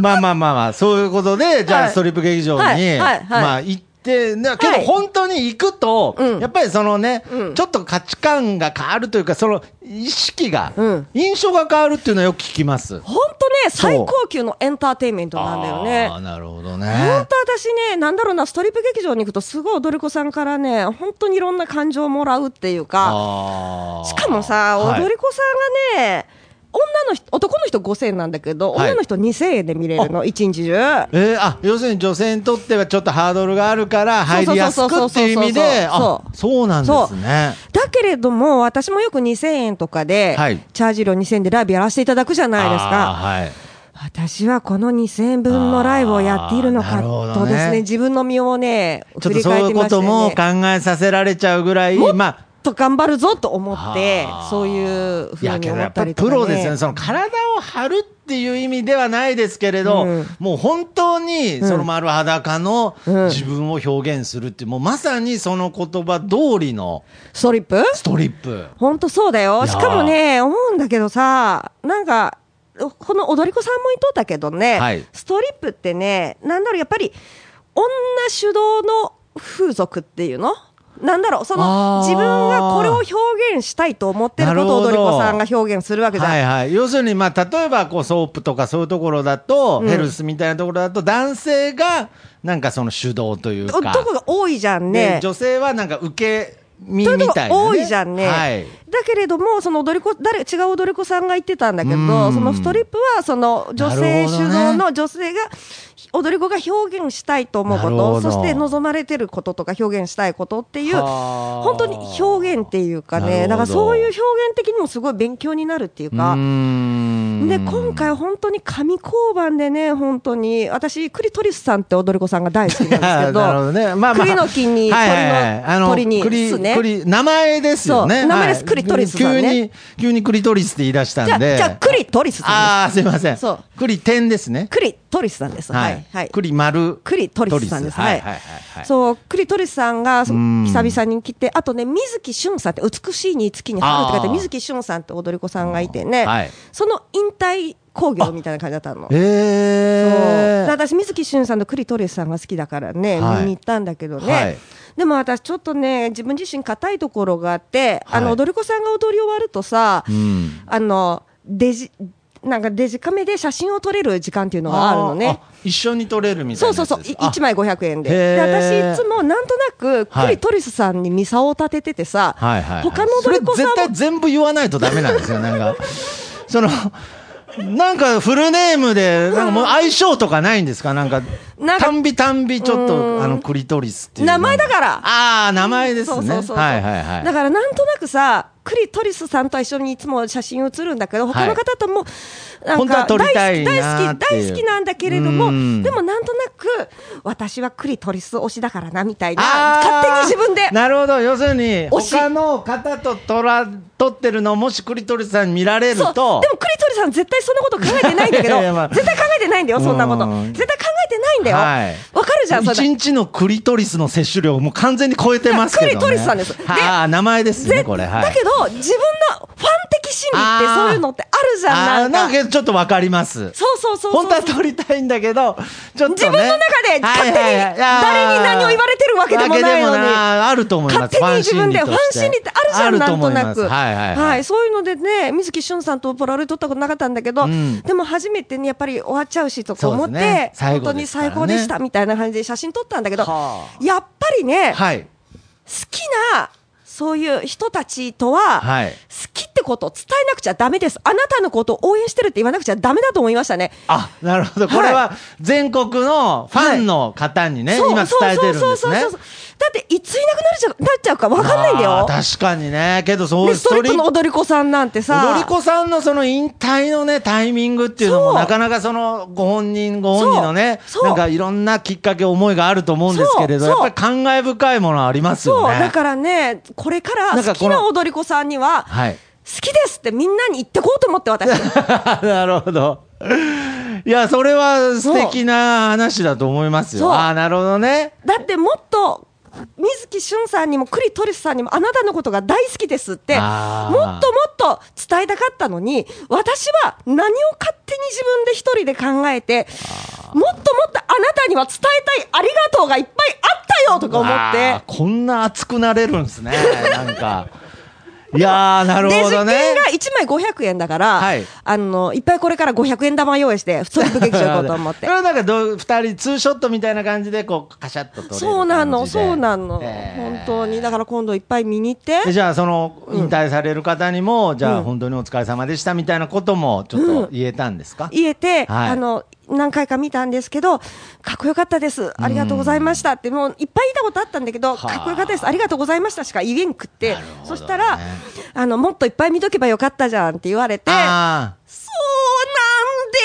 Speaker 4: まあまあまあまあ、そういうことで、じゃあ
Speaker 3: はい
Speaker 4: ストリップ劇場に、
Speaker 3: はいはいはい
Speaker 4: まあ行って、なけ
Speaker 3: は
Speaker 4: ど
Speaker 3: い
Speaker 4: 本当に行くと、
Speaker 3: うん
Speaker 4: やっぱりそのね、
Speaker 3: うん
Speaker 4: ちょっと価値観が変わるというか、その意識が、
Speaker 3: うん
Speaker 4: 印象が変わるっていうのはよく聞きます。
Speaker 3: ほんとね、最高級のエンターテインメントなんだよね
Speaker 4: ああ、。なるほど
Speaker 3: ほ
Speaker 4: ね
Speaker 3: ん。と私ね、なんだろうな、ストリップ劇場に行くとすごい踊り子さんからね、本当にいろんな感情をもらうっていうか、
Speaker 4: あー
Speaker 3: しかもさ、
Speaker 4: はい
Speaker 3: 踊り子さんがね、女の人、男の人5000円なんだけど、
Speaker 4: はい
Speaker 3: 女の人2000円で見れるの、一日中。
Speaker 4: えーあ要するに女性にとってはちょっとハードルがあるから入りやすくっていう意味であ
Speaker 3: そ
Speaker 4: そうなんですね
Speaker 3: だけれども、私もよく2000円とかで、
Speaker 4: はい
Speaker 3: チャージ料2000円でライブやらせていただくじゃないですか。
Speaker 4: あーはい
Speaker 3: 私はこの2000円分のライブをやっているの
Speaker 4: あーな
Speaker 3: か
Speaker 4: るほどね
Speaker 3: とですね、自分の身をね、
Speaker 4: ちょ
Speaker 3: 振
Speaker 4: っと
Speaker 3: り
Speaker 4: そう
Speaker 3: 返っ
Speaker 4: いう
Speaker 3: て
Speaker 4: こ
Speaker 3: ました
Speaker 4: と
Speaker 3: よ
Speaker 4: も
Speaker 3: ね。
Speaker 4: 考えさせられちゃうぐらい、まあ、
Speaker 3: と頑張るぞと思って
Speaker 4: あー、
Speaker 3: そういうふ
Speaker 4: いうや
Speaker 3: に
Speaker 4: けど
Speaker 3: 思
Speaker 4: や
Speaker 3: っ
Speaker 4: っぱ
Speaker 3: た
Speaker 4: り
Speaker 3: り
Speaker 4: プ
Speaker 3: とか、ね。
Speaker 4: ロですね、その体を張るっていう意味ではないですけれど、
Speaker 3: うん
Speaker 4: もう本当にその丸裸の
Speaker 3: うん
Speaker 4: 自分を表現するっていう、もうまさにその言葉通りの
Speaker 3: ストリップ
Speaker 4: ストリップ。
Speaker 3: ほんとそうだ
Speaker 4: いや
Speaker 3: よ。
Speaker 4: ー
Speaker 3: しかもね、思うんだけどさ、なんか、この踊り子さんも言っとったけどね、
Speaker 4: はい
Speaker 3: ストリップってね、なんだろう、やっぱり、女主導の風俗っていうのなんだろう、そ
Speaker 4: あ
Speaker 3: の、
Speaker 4: ー
Speaker 3: 自分がこれを表現したいと思ってる
Speaker 4: な
Speaker 3: こ
Speaker 4: る
Speaker 3: と
Speaker 4: ほ
Speaker 3: を
Speaker 4: ど
Speaker 3: 踊り子さんが表現するわけじゃん。
Speaker 4: はいはい、要するに、まあ、例えばこうソープとかそういうところだと、
Speaker 3: うん
Speaker 4: ヘルスみたいなところだと男性がなんかその主導という
Speaker 3: と
Speaker 4: か、
Speaker 3: こが多いじゃん
Speaker 4: で
Speaker 3: ね。
Speaker 4: 女性はなんか受け身
Speaker 3: そういう
Speaker 4: み
Speaker 3: とこ
Speaker 4: たいな、ね、
Speaker 3: 多いじゃんね。
Speaker 4: はい
Speaker 3: だけれども、その踊り子、誰、違う踊り子さんが言ってたんだけ
Speaker 4: うん
Speaker 3: ど、そのストリップは、その女
Speaker 4: なる
Speaker 3: 性
Speaker 4: ほ
Speaker 3: 主
Speaker 4: どね
Speaker 3: 導の女性が、踊り子が表現したいと思うこ
Speaker 4: なるほ
Speaker 3: と、
Speaker 4: ど
Speaker 3: そして望まれてることとか表現したいことっていう、
Speaker 4: はあ
Speaker 3: 本当に表現っていうか
Speaker 4: なるほど
Speaker 3: ね、だからそういう表現的にもすごい勉強になるっていうか
Speaker 4: うー、ん
Speaker 3: で、今回本当に神交番でね、本当に、私、クリトリスさんって踊り子さんが大好きなんですけど、
Speaker 4: なるほどね。まあまあ。
Speaker 3: 栗の木に
Speaker 4: はいはいはい
Speaker 3: 鳥の鳥に巣ね
Speaker 4: 栗、栗名前ですよね。
Speaker 3: そう名前です
Speaker 4: はい
Speaker 3: クリトリスさんね
Speaker 4: 急に、急にクリトリスって言い出した
Speaker 3: じゃ
Speaker 4: ん
Speaker 3: あ、
Speaker 4: で。
Speaker 3: じゃあ、クリトリスさんで
Speaker 4: ああ、すいません。
Speaker 3: そう
Speaker 4: クリ点ですね
Speaker 3: す。。クリトリスさんです。はい。はい。
Speaker 4: 栗丸。
Speaker 3: クリトリスさんです。
Speaker 4: は
Speaker 3: はいい
Speaker 4: はいはいはい。
Speaker 3: そう、クリトリスさんがそ
Speaker 4: うん
Speaker 3: 久々に来て、あとね、水木俊さんって、美しいに月に春って書い
Speaker 4: あ
Speaker 3: て、
Speaker 4: ー
Speaker 3: 水木俊さんって踊り子さんがいてね、
Speaker 4: はい
Speaker 3: その引退興行みたいな感じだったの。そう
Speaker 4: え
Speaker 3: で
Speaker 4: ー。
Speaker 3: 私、水木俊さんとクリトリスさんが好きだからね、
Speaker 4: はい
Speaker 3: 見に行ったんだけどね、
Speaker 4: はい
Speaker 3: でも私、ちょっとね、自分自身、硬いところがあって、あ
Speaker 4: は
Speaker 3: の
Speaker 4: い
Speaker 3: 踊り子さんが踊り終わるとさ、
Speaker 4: うん
Speaker 3: あのデジなんかデジカメで写真を撮れる時間っていうのがあるのね。。
Speaker 4: あ一緒に取れるみたいな
Speaker 3: そう
Speaker 4: やつ
Speaker 3: そ
Speaker 4: で
Speaker 3: う
Speaker 4: す。
Speaker 3: そう、い
Speaker 4: あ
Speaker 3: 1。枚500円で。
Speaker 4: へ
Speaker 3: で
Speaker 4: ー
Speaker 3: 私、いつもなんとなく、
Speaker 4: はい
Speaker 3: クリトリスさんにミサを立てててさ、
Speaker 4: はいはいはい。
Speaker 3: 他の踊り子
Speaker 4: そ
Speaker 3: さん
Speaker 4: れ絶対
Speaker 3: も、
Speaker 4: 全部言わないとダメなんですよ、なんか。 その、なんかフルネームで、なんかもう相性とかないんですかなんか、
Speaker 3: なんか
Speaker 4: たんびたんびちょっ
Speaker 3: う
Speaker 4: と、
Speaker 3: ん
Speaker 4: あの、クリトリスっていう。
Speaker 3: 名前だ
Speaker 4: ら。
Speaker 3: から。
Speaker 4: ああ、名前ですね。
Speaker 3: そうそうそうそう
Speaker 4: はいはいはい。
Speaker 3: だからなんとなくさ、クリトリスさんとは一緒にいつも写真写るんだけど、他の方とも、なん
Speaker 4: 本当は
Speaker 3: か
Speaker 4: 撮りたい
Speaker 3: 大好き、
Speaker 4: なーっ
Speaker 3: 大好き、
Speaker 4: ていう
Speaker 3: 大好きなんだけれど
Speaker 4: うん
Speaker 3: も、でもなんとなく、私はクリトリス推しだからな、みたいな、
Speaker 4: あー
Speaker 3: 勝手に自分で。
Speaker 4: なるほど要するに
Speaker 3: 推し
Speaker 4: 他の方と撮ら撮ってるのをもしクリトリスさんに見られる
Speaker 3: そうでも
Speaker 4: と
Speaker 3: クリトリさん絶対そんなこと考えてないんだけ ど
Speaker 4: いやまあ
Speaker 3: 絶対考えてないんだよそんなこと
Speaker 4: うん
Speaker 3: 絶対考えてないんだよわ、
Speaker 4: はい
Speaker 3: かるじゃんそれ
Speaker 4: 一日のクリトリスの摂取量もう完全に超えてますけど、ね、
Speaker 3: いやクリトリスさんですで
Speaker 4: ああ名前ですね
Speaker 3: ぜ
Speaker 4: これはい
Speaker 3: だけど自分のファン的心理ってそういうのってあるじゃん
Speaker 4: あー
Speaker 3: な
Speaker 4: なんん
Speaker 3: か
Speaker 4: かちょっとわかります
Speaker 3: そうそうそうそう
Speaker 4: 本当は撮りたいんだけどちょっと、ね、
Speaker 3: 自分の中で勝手に
Speaker 4: はいはいはいあー
Speaker 3: 誰に何を言われてるわけでもないのに
Speaker 4: わけでもなあると思います
Speaker 3: 勝手に自分でファン
Speaker 4: として
Speaker 3: 心理ってあるじゃん、
Speaker 4: あ
Speaker 3: な
Speaker 4: と
Speaker 3: ん
Speaker 4: 思
Speaker 3: と
Speaker 4: いま
Speaker 3: な
Speaker 4: す
Speaker 3: く。
Speaker 4: はいはいはい、
Speaker 3: そういうのでね、水木俊さんとポラロイド撮ったことなかったんだけど、
Speaker 4: うん
Speaker 3: でも初めてね、やっぱり終わっちゃうしとか思っ
Speaker 4: そ
Speaker 3: て、
Speaker 4: うですね最
Speaker 3: 本
Speaker 4: 後
Speaker 3: 当
Speaker 4: で
Speaker 3: に
Speaker 4: すからね
Speaker 3: 最高でしたみたいな感じで写真撮ったんだけど、
Speaker 4: は
Speaker 3: やっぱりね、好
Speaker 4: はい
Speaker 3: きな、そういう人たちとは、
Speaker 4: はい
Speaker 3: 好きってことを伝えなくちゃダメです。あなたのことを応援してるって言わなくちゃダメだと思いましたね。
Speaker 4: あ、なるほど。
Speaker 3: はい
Speaker 4: これは全国のファンの方にね、
Speaker 3: そう
Speaker 4: 今伝えてるん
Speaker 3: そ
Speaker 4: で
Speaker 3: う
Speaker 4: す
Speaker 3: そうそう
Speaker 4: ね
Speaker 3: そう。そうだって、いついなくなるじゃなっちゃうか分かんないんだ
Speaker 4: あ
Speaker 3: よ。
Speaker 4: ー確かにね。けどそうい
Speaker 3: で
Speaker 4: う
Speaker 3: ストリップの
Speaker 4: 踊
Speaker 3: 踊り子さんなんてさ。
Speaker 4: り子さんのその引退のね、タイミングっていうのも
Speaker 3: そう
Speaker 4: なかなかそのご本人ご本人のね、
Speaker 3: そうそう
Speaker 4: なんかいろんなきっかけ思いがあると思うんですけれど、
Speaker 3: そ
Speaker 4: や
Speaker 3: う
Speaker 4: っ
Speaker 3: そう
Speaker 4: ぱり感慨深いものあります
Speaker 3: そ
Speaker 4: よ
Speaker 3: う、
Speaker 4: ね。
Speaker 3: だからね、これか
Speaker 4: なん
Speaker 3: ら
Speaker 4: か
Speaker 3: 好
Speaker 4: こ
Speaker 3: き
Speaker 4: の
Speaker 3: な踊り子さんには、好
Speaker 4: はい。
Speaker 3: きですってみんなに言ってこうと思って私。
Speaker 4: なるほど。いや、それは素敵な話だと思います
Speaker 3: そ
Speaker 4: よ。
Speaker 3: う
Speaker 4: ああ、なるほどね。
Speaker 3: だってもっと、水木俊さんにもクリトリスさんにもあなたのことが大好きですって、も
Speaker 4: あー
Speaker 3: っともっと伝えたかったのに、私は何を勝手に自分で一人で考えて、もっともっとあなたには伝えたいありがとうがいっぱいあったよとか思って
Speaker 4: わあ。こんな熱くなれるんですねなんかいやー、なる
Speaker 3: で、
Speaker 4: ほ
Speaker 3: 実
Speaker 4: ど
Speaker 3: 験が
Speaker 4: ね。
Speaker 3: 1枚500円だから、
Speaker 4: はい
Speaker 3: あの、いっぱいこれから500円玉用意して、ストリップ劇場行こうと 思って
Speaker 4: こ。れなんかどう二人ツーショットみたいな感じでこうカシャッと撮れる感じで
Speaker 3: そうなの、そうなの、
Speaker 4: えー
Speaker 3: 本当に。だから今度いっぱい見に行って
Speaker 4: で。じゃあその引退される方にも、じゃ
Speaker 3: う
Speaker 4: あ
Speaker 3: ん
Speaker 4: 本当にお疲れ様でしたみたいなこともちょっと言えたんですか、
Speaker 3: 言えて、
Speaker 4: はい
Speaker 3: あの、何回か見たんですけど、かっこよかったです。ありがとうございましたって、もういっぱい言ったことあったんだけ
Speaker 4: は
Speaker 3: ど、
Speaker 4: あ
Speaker 3: かっこよかったです。ありがとうございましたしか言えんくって、
Speaker 4: るほどね
Speaker 3: そしたら、あの、もっといっぱい見とけばよかったじゃんって言われて、そうなん
Speaker 4: あ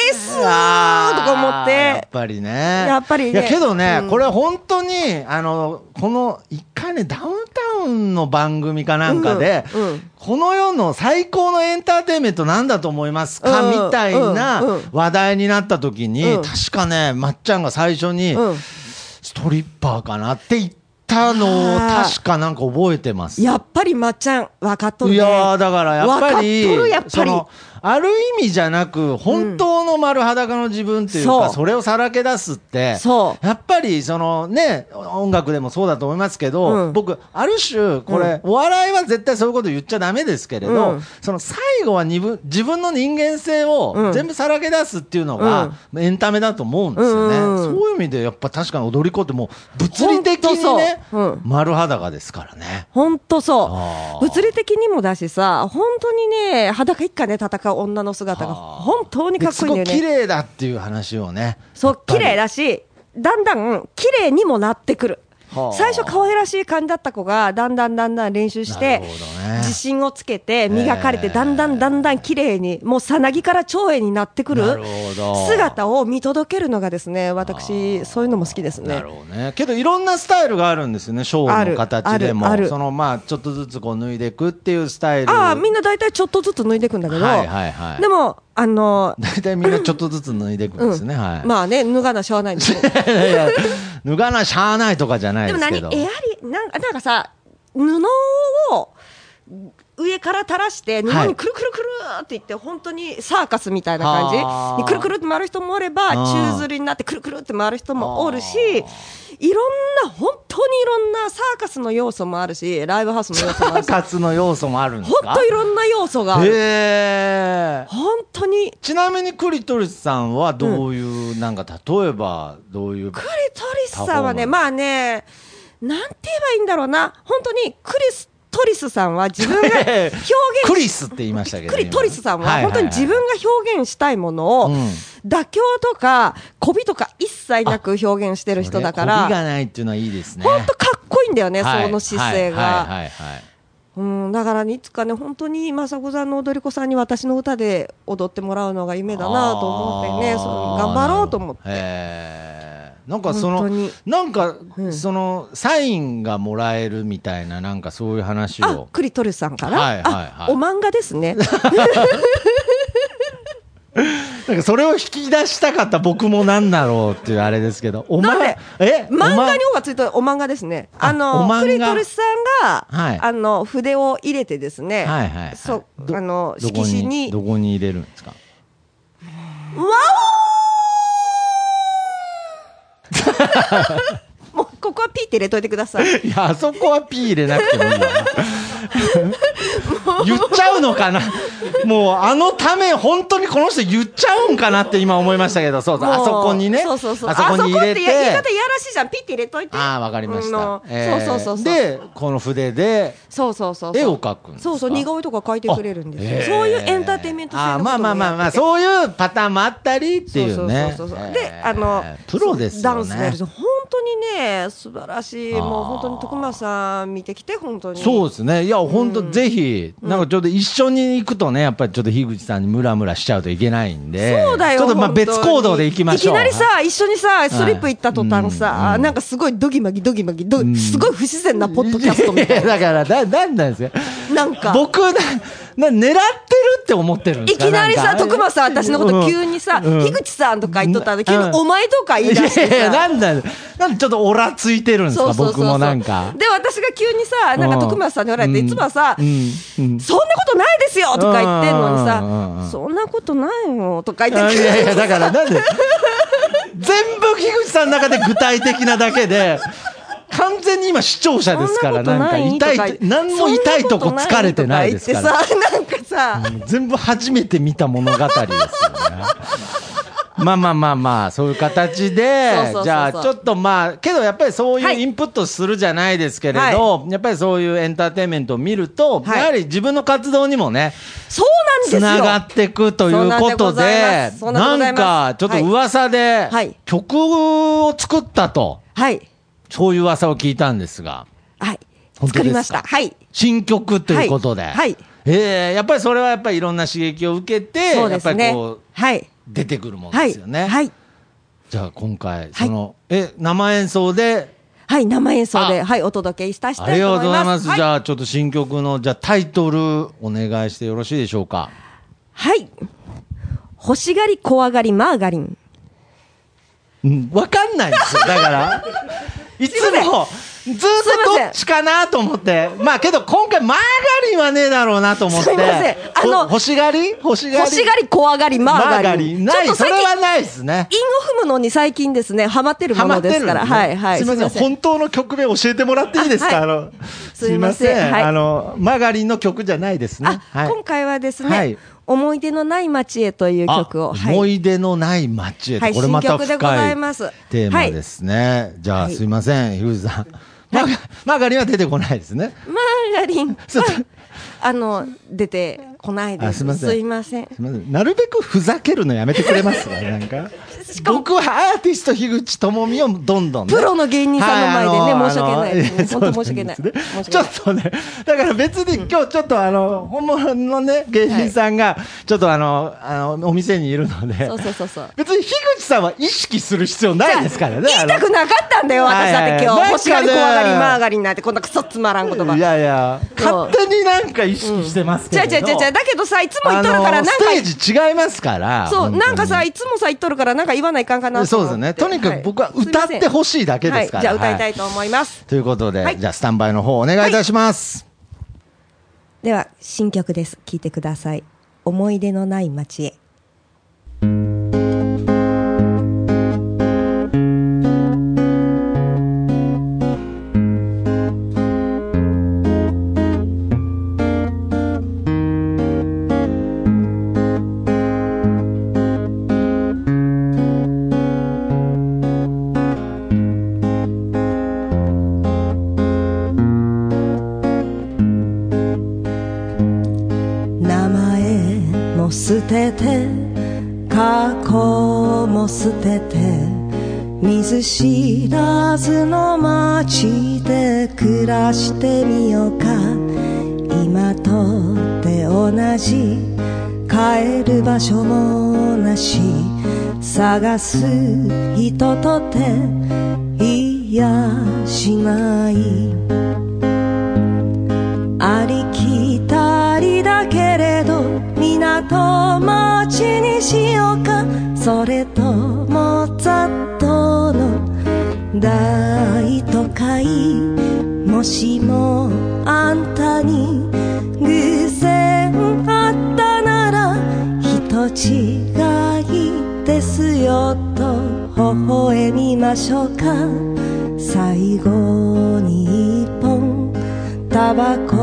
Speaker 3: です
Speaker 4: ーあー
Speaker 3: とか思っ、
Speaker 4: やってぱりね
Speaker 3: やっぱりね
Speaker 4: いやけどね、
Speaker 3: うん
Speaker 4: これ本当にあのこの一回ねダウンタウンの番組かなんかで、
Speaker 3: うんうん
Speaker 4: この世の最高のエンターテインメントなんだと思いますか、
Speaker 3: うん
Speaker 4: みたいな
Speaker 3: うんうん
Speaker 4: 話題になった時に、
Speaker 3: うん
Speaker 4: 確かねまっちゃんが最初に、
Speaker 3: うん
Speaker 4: ストリッパーかなって言ったのを
Speaker 3: あー
Speaker 4: 確かなんか覚えてます。
Speaker 3: やっぱりまっちゃん、分かっとるね。
Speaker 4: いやーだからやっぱり
Speaker 3: わかっとるやっぱり
Speaker 4: そのある意味じゃなく本当の丸裸の自分というか、
Speaker 3: そう
Speaker 4: それをさらけ出すって
Speaker 3: そ
Speaker 4: やっぱりそのね音楽でもそうだと思いますけど、
Speaker 3: うん
Speaker 4: 僕ある種これ、お笑いは絶対そういうこと言っちゃダメですけれど、
Speaker 3: うん
Speaker 4: その最後は二分自分の人間性
Speaker 3: う
Speaker 4: を
Speaker 3: ん
Speaker 4: 全部さらけ出すっていうのが、エンタメだと思うんですよね、
Speaker 3: うんうんうん
Speaker 4: そういう意味でやっぱ確かに踊り子ってもう物理的にね、
Speaker 3: ほんとそううん
Speaker 4: 丸裸ですからね。
Speaker 3: ほんと
Speaker 4: あ
Speaker 3: そ
Speaker 4: ー
Speaker 3: う。物理的にもだしさ、本当にね、裸一家ね、戦う女の姿が
Speaker 4: はあ
Speaker 3: 本当にかっこいいんだよ
Speaker 4: すごい綺
Speaker 3: ね。
Speaker 4: 麗だっていう話をね。
Speaker 3: そう、綺麗
Speaker 4: だ。
Speaker 3: だし、だんだん綺麗にもなってくる
Speaker 4: はあ。
Speaker 3: 最初可愛らしい感じだった子が、だんだんだんだん練習し
Speaker 4: なる
Speaker 3: て
Speaker 4: ほどね、
Speaker 3: 自信をつけて、磨かれて、
Speaker 4: ええ
Speaker 3: だんだんだんだん綺麗に、もうさなぎから長英になってくる
Speaker 4: なるほど
Speaker 3: 姿を見届けるのがですね、私、そういうのも好きです
Speaker 4: な
Speaker 3: ね
Speaker 4: る。ほどね。けどいろんなスタイルがあるんですよね。ショ
Speaker 3: あ
Speaker 4: ーの
Speaker 3: る
Speaker 4: 形でも
Speaker 3: あるある
Speaker 4: そのまあちょっとずつこう脱いでいくっていうスタイル。
Speaker 3: ああ、みんな大体ちょっとずつ脱いでいくんだけど、
Speaker 4: はいはいはい
Speaker 3: でも、あの、
Speaker 4: 大体みんなちょっとずつ脱いでいくんですね。はい。
Speaker 3: まあね、脱がなしゃあないんですけど
Speaker 4: いやいや脱がなしゃあないとかじゃない
Speaker 3: で
Speaker 4: で
Speaker 3: も
Speaker 4: す
Speaker 3: 何
Speaker 4: け
Speaker 3: エ
Speaker 4: ど。
Speaker 3: アリなんか、なんかさ、布を上から垂らして、布
Speaker 4: はい
Speaker 3: にくるくるくるーっていって、本当にサーカスみたいな感
Speaker 4: あ
Speaker 3: じ
Speaker 4: ー
Speaker 3: にくるくるって回る人もおれば、
Speaker 4: あー
Speaker 3: 宙吊りになってくるくるって回る人もおるし、いろんな、本当にいろんなサーカスの要素もあるし、ライブハウスの要素 もあるし、
Speaker 4: カツの要素もあるんですか。
Speaker 3: 本当いろんな要素がある。
Speaker 4: へえ。
Speaker 3: 本当に
Speaker 4: ちなみにクリトリスさんはどういう、なんか例えばどういう
Speaker 3: クリトリスさんはね、
Speaker 4: パフォーマ
Speaker 3: まあね、なんて言えばいいんだろうな、本当にクリストリスさんは自分が 表現
Speaker 4: クリスって言いましたけど
Speaker 3: クリトリスさんは、本当に自
Speaker 4: が
Speaker 3: 分が表現したいものを、
Speaker 4: うん
Speaker 3: 妥協とか、媚びとか一切なく表現してる人だか
Speaker 4: これ媚びが
Speaker 3: ら、
Speaker 4: ないっていうのはいいですね。
Speaker 3: 本当かっこいいんだよね、
Speaker 4: はい
Speaker 3: その姿勢
Speaker 4: はい
Speaker 3: が。
Speaker 4: はいはいはい
Speaker 3: うん、だからいつかね、本当に雅子さんの踊り子さんに私の歌で踊ってもらうのが夢だなと思ってね、
Speaker 4: あー
Speaker 3: そう頑張ろうと思
Speaker 4: な
Speaker 3: っ
Speaker 4: るほど
Speaker 3: て。
Speaker 4: へーなんかその
Speaker 3: 本当に
Speaker 4: なんか、
Speaker 3: うん
Speaker 4: そのサインがもらえるみたいななんかそういう話
Speaker 3: あ
Speaker 4: を、
Speaker 3: クリトリスさんから、
Speaker 4: はいはいはい
Speaker 3: あ、お漫画ですね。
Speaker 4: なんかそれを引き出したかった僕もなんだろうっていうあれですけどお
Speaker 3: なん
Speaker 4: 前
Speaker 3: で
Speaker 4: えお前
Speaker 3: 漫画に「お」がついたお漫画ですね。
Speaker 4: あ
Speaker 3: あ
Speaker 4: お
Speaker 3: の
Speaker 4: 漫画
Speaker 3: クリトリスさんが、
Speaker 4: はい
Speaker 3: あの筆を入れてですね、
Speaker 4: はいはいはい
Speaker 3: そう
Speaker 4: ど
Speaker 3: あの
Speaker 4: ど
Speaker 3: 色
Speaker 4: こ
Speaker 3: 紙に
Speaker 4: どこに入れるんですか
Speaker 3: もうここはピー って入れといてください。
Speaker 4: いやあそこは P 入れなくてもいい わな言っちゃうのかなもうあのため本当にこの人言っちゃうんかなって今思いましたけどそうそう
Speaker 3: もう
Speaker 4: あそこにね
Speaker 3: そうそうそう。
Speaker 4: あそこに入れ
Speaker 3: あそこって言い方
Speaker 4: て
Speaker 3: いやらしいじゃん。ピーって入れといて。
Speaker 4: ああわかりまし
Speaker 3: うん
Speaker 4: た、えー
Speaker 3: そうそうそうそう。
Speaker 4: でこの筆で
Speaker 3: そうそうそうそう。
Speaker 4: 絵を描くんですか
Speaker 3: そうそう似顔絵とか描いてくれるんですよ。そういうエンターテインメント性
Speaker 4: あー
Speaker 3: のことも
Speaker 4: まあまあまあま
Speaker 3: や
Speaker 4: あ
Speaker 3: ってて
Speaker 4: そういうパターンもあったりっていうね
Speaker 3: そうそうそうそ
Speaker 4: え
Speaker 3: う
Speaker 4: ー
Speaker 3: で、あの、
Speaker 4: プロです
Speaker 3: ダ
Speaker 4: よ
Speaker 3: ンスや
Speaker 4: ね
Speaker 3: る人本当にね、素晴らしい。
Speaker 4: あー
Speaker 3: もう本当に徳間さん見てきて、本当に。
Speaker 4: そうですね。いや、本当ぜひ、なんかちょっと一緒に行くとね、やっぱりちょっと樋口さんにムラムラしちゃうといけないんで。
Speaker 3: そうだよ。
Speaker 4: ちょっとまあ
Speaker 3: 本当に
Speaker 4: 別行動で行きましょう。
Speaker 3: いきなり
Speaker 4: は
Speaker 3: さ、一緒にさ、ストリップ行った途端
Speaker 4: はい
Speaker 3: さ
Speaker 4: う、ん
Speaker 3: なんかすごいドギマギドギマギ、ど
Speaker 4: うん
Speaker 3: すごい不自然なポッドキャスト
Speaker 4: いや
Speaker 3: み
Speaker 4: い
Speaker 3: た
Speaker 4: や
Speaker 3: いな。
Speaker 4: だから、だ、なんなんですか
Speaker 3: なんか。
Speaker 4: 僕、な、な、狙ってるって思ってるんで
Speaker 3: い
Speaker 4: すか
Speaker 3: きなり
Speaker 4: ん
Speaker 3: さ、
Speaker 4: か
Speaker 3: 徳間さん、私のこと急にさ、
Speaker 4: うんうん
Speaker 3: 樋口さんとか言っとったんで、
Speaker 4: う
Speaker 3: 急に
Speaker 4: ん
Speaker 3: お前とか言い
Speaker 4: い
Speaker 3: 出して
Speaker 4: やいや、な
Speaker 3: さ。
Speaker 4: んなんなんでちょっとオラついてるんです
Speaker 3: そ
Speaker 4: か
Speaker 3: うそうそう
Speaker 4: 僕
Speaker 3: そ
Speaker 4: も
Speaker 3: う。
Speaker 4: なんか。
Speaker 3: で、私が急にさ、なんか徳間さんに言われて、
Speaker 4: うん
Speaker 3: いつもはさ、
Speaker 4: うんうん
Speaker 3: そんなことないですよとか言ってんのに
Speaker 4: うんうんうんう
Speaker 3: さ、
Speaker 4: ん
Speaker 3: そんなことないよとか
Speaker 4: い
Speaker 3: 言っ
Speaker 4: や
Speaker 3: て、
Speaker 4: いやいや、だからなんで、全部樋口さんの中で具体的なだけで、完全に今視聴者ですから、
Speaker 3: そん
Speaker 4: なん
Speaker 3: なこ
Speaker 4: か
Speaker 3: とない
Speaker 4: 痛
Speaker 3: とか
Speaker 4: い、何も痛いとこ疲れてないですから。
Speaker 3: そんなことないとか言 ってさ、なんかさ、
Speaker 4: うん全部初めて見た物語ですよね。まあまあまあまあ、そういう形で
Speaker 3: そうそうそうそ、う
Speaker 4: じゃあちょっとまあ、けどやっぱりそういう
Speaker 3: はい
Speaker 4: インプットするじゃないですけれど、やっぱりそういうエンターテインメントを見ると、
Speaker 3: はい
Speaker 4: やはり自分の活動にもね、
Speaker 3: そう
Speaker 4: つ
Speaker 3: なん
Speaker 4: な
Speaker 3: です
Speaker 4: が
Speaker 3: よ。
Speaker 4: っていくということで、
Speaker 3: そうなんでございますそうなんでござ
Speaker 4: ないん
Speaker 3: ます
Speaker 4: かちょっと噂で
Speaker 3: はい、
Speaker 4: 曲を作ったと、
Speaker 3: はい。
Speaker 4: そういう噂を聞いたんですが、
Speaker 3: はい。
Speaker 4: 本当で
Speaker 3: 作
Speaker 4: すか
Speaker 3: りました。はい。
Speaker 4: 新曲ということで、
Speaker 3: はいはい
Speaker 4: えーやっぱりそれはやっぱりいろんな刺激を受けて、
Speaker 3: そ
Speaker 4: や
Speaker 3: うで
Speaker 4: っぱ
Speaker 3: す
Speaker 4: り
Speaker 3: ね
Speaker 4: こう。
Speaker 3: はい。
Speaker 4: 出てくるもん
Speaker 3: は
Speaker 4: で
Speaker 3: い。
Speaker 4: すよね。
Speaker 3: はい。
Speaker 4: じゃあ今回その、え生演奏で
Speaker 3: はい。生演奏で、
Speaker 4: あ
Speaker 3: はい。お届けしたいと
Speaker 4: あ
Speaker 3: 思
Speaker 4: り
Speaker 3: い
Speaker 4: がとう
Speaker 3: ます。
Speaker 4: ございます。
Speaker 3: はい
Speaker 4: じゃあちょっと新曲のじゃあタイトルお願いしてよろしいでしょうか。
Speaker 3: はい。欲しがり、怖がり、マーガリン。
Speaker 4: うん、わかんないんですよ。だ から。いつも、ずっとどっちかなと思って。まあけど今回マーガリンはねえだろうなと思って。
Speaker 3: すいませんあの
Speaker 4: ほ欲しがり欲しがり
Speaker 3: 欲しがり、怖がり、マーガリン。
Speaker 4: マーガない。
Speaker 3: ちょっと
Speaker 4: それ
Speaker 3: 最近、
Speaker 4: はないですね。
Speaker 3: 韻を踏むのに最近ですね、ハマってるものですから。
Speaker 4: ハマっ
Speaker 3: は
Speaker 4: てる
Speaker 3: い。
Speaker 4: んで
Speaker 3: はい。
Speaker 4: すみません。本当の曲名教えてもらっていいですか。
Speaker 3: あ
Speaker 4: あ
Speaker 3: はい
Speaker 4: の、
Speaker 3: すみません
Speaker 4: すみ
Speaker 3: はい
Speaker 4: あの、マガリンの曲じゃないですね
Speaker 3: あ。、
Speaker 4: はい
Speaker 3: 今回はですね、
Speaker 4: はい
Speaker 3: 思い出のない街へという曲を、
Speaker 4: あ
Speaker 3: はい
Speaker 4: 思い出のない街へと。
Speaker 3: はい
Speaker 4: これまた
Speaker 3: 新曲でござ
Speaker 4: 深い
Speaker 3: います
Speaker 4: テーマですね。じゃあ、
Speaker 3: はい
Speaker 4: すみません、ひぐじさん。マガマガリンは出てこないですね。
Speaker 3: マーガリンは
Speaker 4: ちょっと
Speaker 3: あの出てこないで
Speaker 4: あ
Speaker 3: す。
Speaker 4: すいません
Speaker 3: すいません。
Speaker 4: すみません。なるべくふざけるのやめてくれますか。なんか。僕はアーティスト樋口智美をどんどんね、
Speaker 3: プロの芸人さんの前で
Speaker 4: はいあ
Speaker 3: ね
Speaker 4: の
Speaker 3: 申し訳ないですね
Speaker 4: あの
Speaker 3: 本当申し訳ない
Speaker 4: そうですね
Speaker 3: 申し
Speaker 4: ちょ
Speaker 3: 訳な
Speaker 4: っ
Speaker 3: い
Speaker 4: とね、 だから別に今日ちょっとあの、本物のね、芸人さんが、ちょっとあの、あの、お店にいるので
Speaker 3: そう、そうそうそう。
Speaker 4: 別に樋口さんは意識する必要ないですからね。
Speaker 3: 言いたくなかったんだよ、
Speaker 4: はい
Speaker 3: 私だって今
Speaker 4: はい
Speaker 3: 日。星がり、
Speaker 4: なん
Speaker 3: 怖
Speaker 4: かね
Speaker 3: がり、マーガリンなんて、こんなくそつまらん言
Speaker 4: あのい
Speaker 3: 葉。
Speaker 4: やいや、勝手になんか意識してますけ
Speaker 3: じ
Speaker 4: ど。
Speaker 3: ゃじゃじゃじゃ、だけどさ、いつも言っとるから、な
Speaker 4: あの
Speaker 3: んか、
Speaker 4: ステージ違いますから。
Speaker 3: そう、
Speaker 4: 本当に
Speaker 3: なんかさ、いつもさ、言っとるから、なんか言わないかんかなと
Speaker 4: そう
Speaker 3: 思
Speaker 4: で
Speaker 3: って。
Speaker 4: すね。とにかく僕はい歌ってほしいだけですから。
Speaker 3: はい、じゃあ歌いた
Speaker 4: はい
Speaker 3: と思います。
Speaker 4: ということで、
Speaker 3: はい
Speaker 4: じゃあスタンバイの方お願いいたします。
Speaker 3: では、新曲です。聴いてください。思い出のない街へ。名前も捨てて過去も捨てて見ず知らずの街で暮らしてみようか今とて同じ帰る場所もなし探す人とていやしないありきたりだけれど港町にしようかそれともざっとの大都会もしもあんたに偶然あったなら人違いですよと微笑みましょうか最後に一本タバコ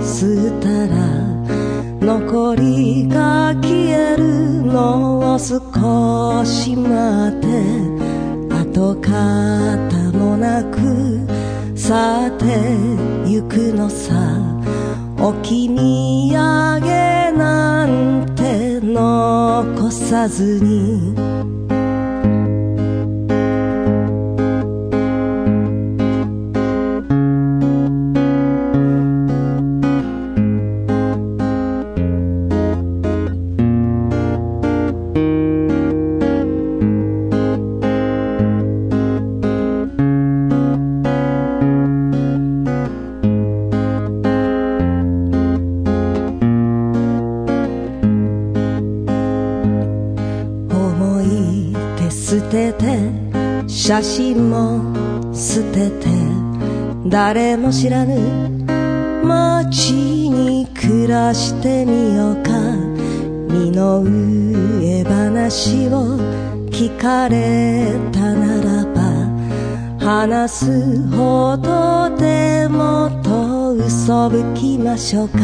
Speaker 3: 吸ったら残りが消えるのを少し待って跡形もなく去ってゆくのさお気に上げなんて残さずに思い出捨てて写真も捨てて誰も知らぬ街に暮らしてみようか身の上話を聞かれたならば
Speaker 5: 話すほどでもっと嘘吹きましょうか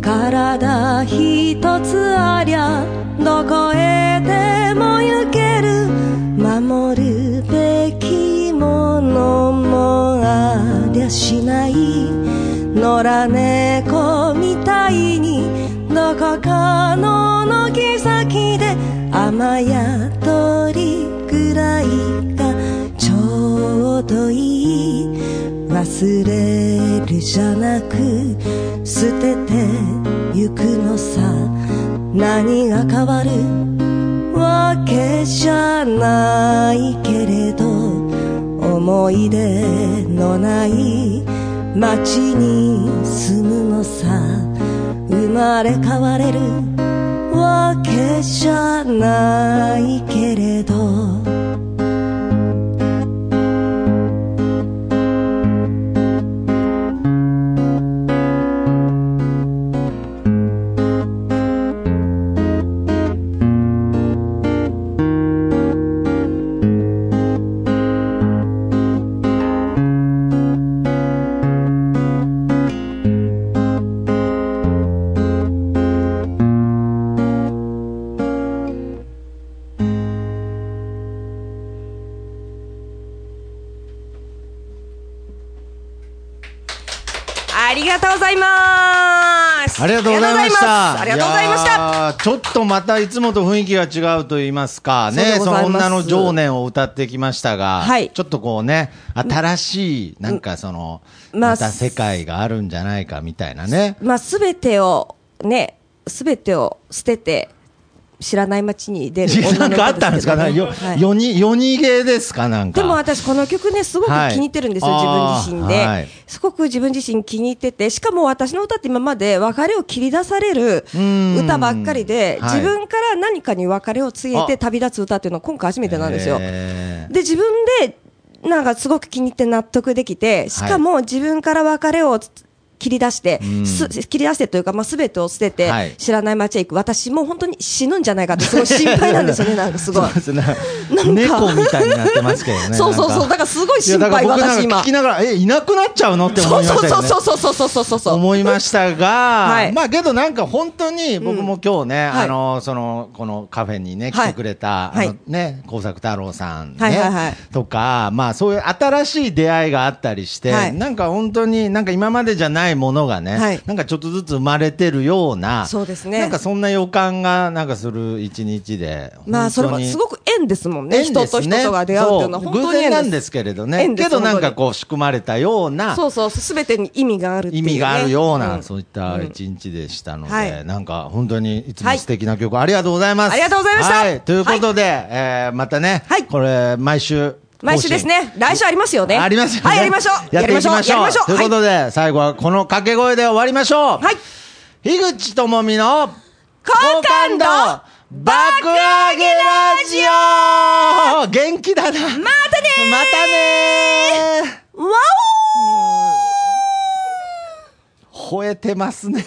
Speaker 5: 体一つありゃどこへでも行ける守るべきものもありゃしない野良猫みたいにどこかの軒先で雨宿りぐらいがちょうどいい忘れるじゃなく捨ててゆくのさ何が変わるわけじゃないけれど思い出のない街に住むのさ生まれ変われるわけじゃないけれど
Speaker 3: ありがとうございます。
Speaker 4: ありがとうございました。
Speaker 3: ありがとうございました。
Speaker 4: やーちょっとまたいつもと雰囲気が違うと言いますか
Speaker 3: そう
Speaker 4: ね、
Speaker 3: でご
Speaker 4: そ
Speaker 3: ざ
Speaker 4: の
Speaker 3: います
Speaker 4: 女の情念を歌ってきましたが、
Speaker 3: はい
Speaker 4: ちょっとこうね、新しい、なんかその、
Speaker 3: まあ
Speaker 4: また世界があるんじゃないかみたいなね。
Speaker 3: まあ、すべてを、ね、すべてを捨てて、知らない街に出る女の子
Speaker 4: なんかあったんですか
Speaker 3: けど
Speaker 4: ね、
Speaker 3: ね
Speaker 4: よ、
Speaker 3: はい
Speaker 4: よに、よにげですかなんか。
Speaker 3: でも私、この曲ね、すごく気
Speaker 4: はい
Speaker 3: に入ってるんですよ、
Speaker 4: あー
Speaker 3: 自分自身で、
Speaker 4: はい
Speaker 3: すごく自分自身気に入ってて、しかも私の歌って今まで別れを切り出される
Speaker 4: ん
Speaker 3: 歌ばっかりで、
Speaker 4: はい
Speaker 3: 自分から何かに別れを告げて
Speaker 4: あ
Speaker 3: 旅立つ歌っていうのは今回初めてなんですよ。
Speaker 4: えー
Speaker 3: で、自分で、なんかすごく気に入って納得できて、しかも自分から別れを切り出して、
Speaker 4: うん
Speaker 3: す切り出してというか、まあ、全てを捨てて
Speaker 4: はい、
Speaker 3: 知らない街へ行く、私もう本当に死ぬんじゃないかって、すごい心配なんですよね、なんかすごい
Speaker 4: そう。ですね
Speaker 3: なんか
Speaker 4: 猫みたいになってますけどね。
Speaker 3: そうそうそ
Speaker 4: な
Speaker 3: う、だ
Speaker 4: ん
Speaker 3: からすごい
Speaker 4: いや
Speaker 3: 心
Speaker 4: だか
Speaker 3: 配、
Speaker 4: ら僕
Speaker 3: 私
Speaker 4: なんか
Speaker 3: 今
Speaker 4: 聞き。ながら、え、いなくなっちゃうのって思
Speaker 3: そう
Speaker 4: いましたよ
Speaker 3: そ
Speaker 4: ね。
Speaker 3: うそうそうそうそうそうそうそう。
Speaker 4: 思いましたが、
Speaker 3: はい
Speaker 4: まあけどなんか本当に僕も今日ね、
Speaker 3: はい
Speaker 4: あのそのこのカフェにね来
Speaker 3: はい
Speaker 4: てくれた、
Speaker 3: はい
Speaker 4: あのね工作太郎さんね、
Speaker 3: はいはいはい
Speaker 4: とかまあそういう新しい出会いがあったりして、
Speaker 3: はい
Speaker 4: なんか本当になんか今までじゃないものがね、
Speaker 3: はい
Speaker 4: なんかちょっとずつ生まれてるような
Speaker 3: そうですね
Speaker 4: なんかそんな予感がなんかする一日で
Speaker 3: まあ、それもす
Speaker 4: く
Speaker 3: ごく縁ですもんね。人と人とが出会うっていうのは本当
Speaker 4: 偶
Speaker 3: に
Speaker 4: 然なん
Speaker 3: 縁で。
Speaker 4: ですすけれどね
Speaker 3: 縁です
Speaker 4: けどなん
Speaker 3: 本当
Speaker 4: か
Speaker 3: に
Speaker 4: こう仕組まれたような
Speaker 3: そうそう、すべてに意味があるってい
Speaker 4: 意
Speaker 3: うね
Speaker 4: 味があるような、
Speaker 3: ん
Speaker 4: そういった一日でしたので、
Speaker 3: うんはい
Speaker 4: なんか本当にいつも
Speaker 3: はい
Speaker 4: 素敵な曲、ありがとうございます。
Speaker 3: ありがとうございました
Speaker 4: はということで、えーまたね、
Speaker 3: はい
Speaker 4: これ毎週更新
Speaker 3: 毎週です。ね。来週ありますよね。
Speaker 4: ありますよね。
Speaker 3: はい、やりましょう。
Speaker 4: やっていきましょう。
Speaker 3: やりましょう。
Speaker 4: ということで、最後はこの掛け声で終わりましょう。
Speaker 3: はい。はい。
Speaker 4: 樋口智美の
Speaker 3: 好感度
Speaker 4: 爆上げラジオ元気だなまたねまたね
Speaker 3: わお
Speaker 4: 吠えてますね。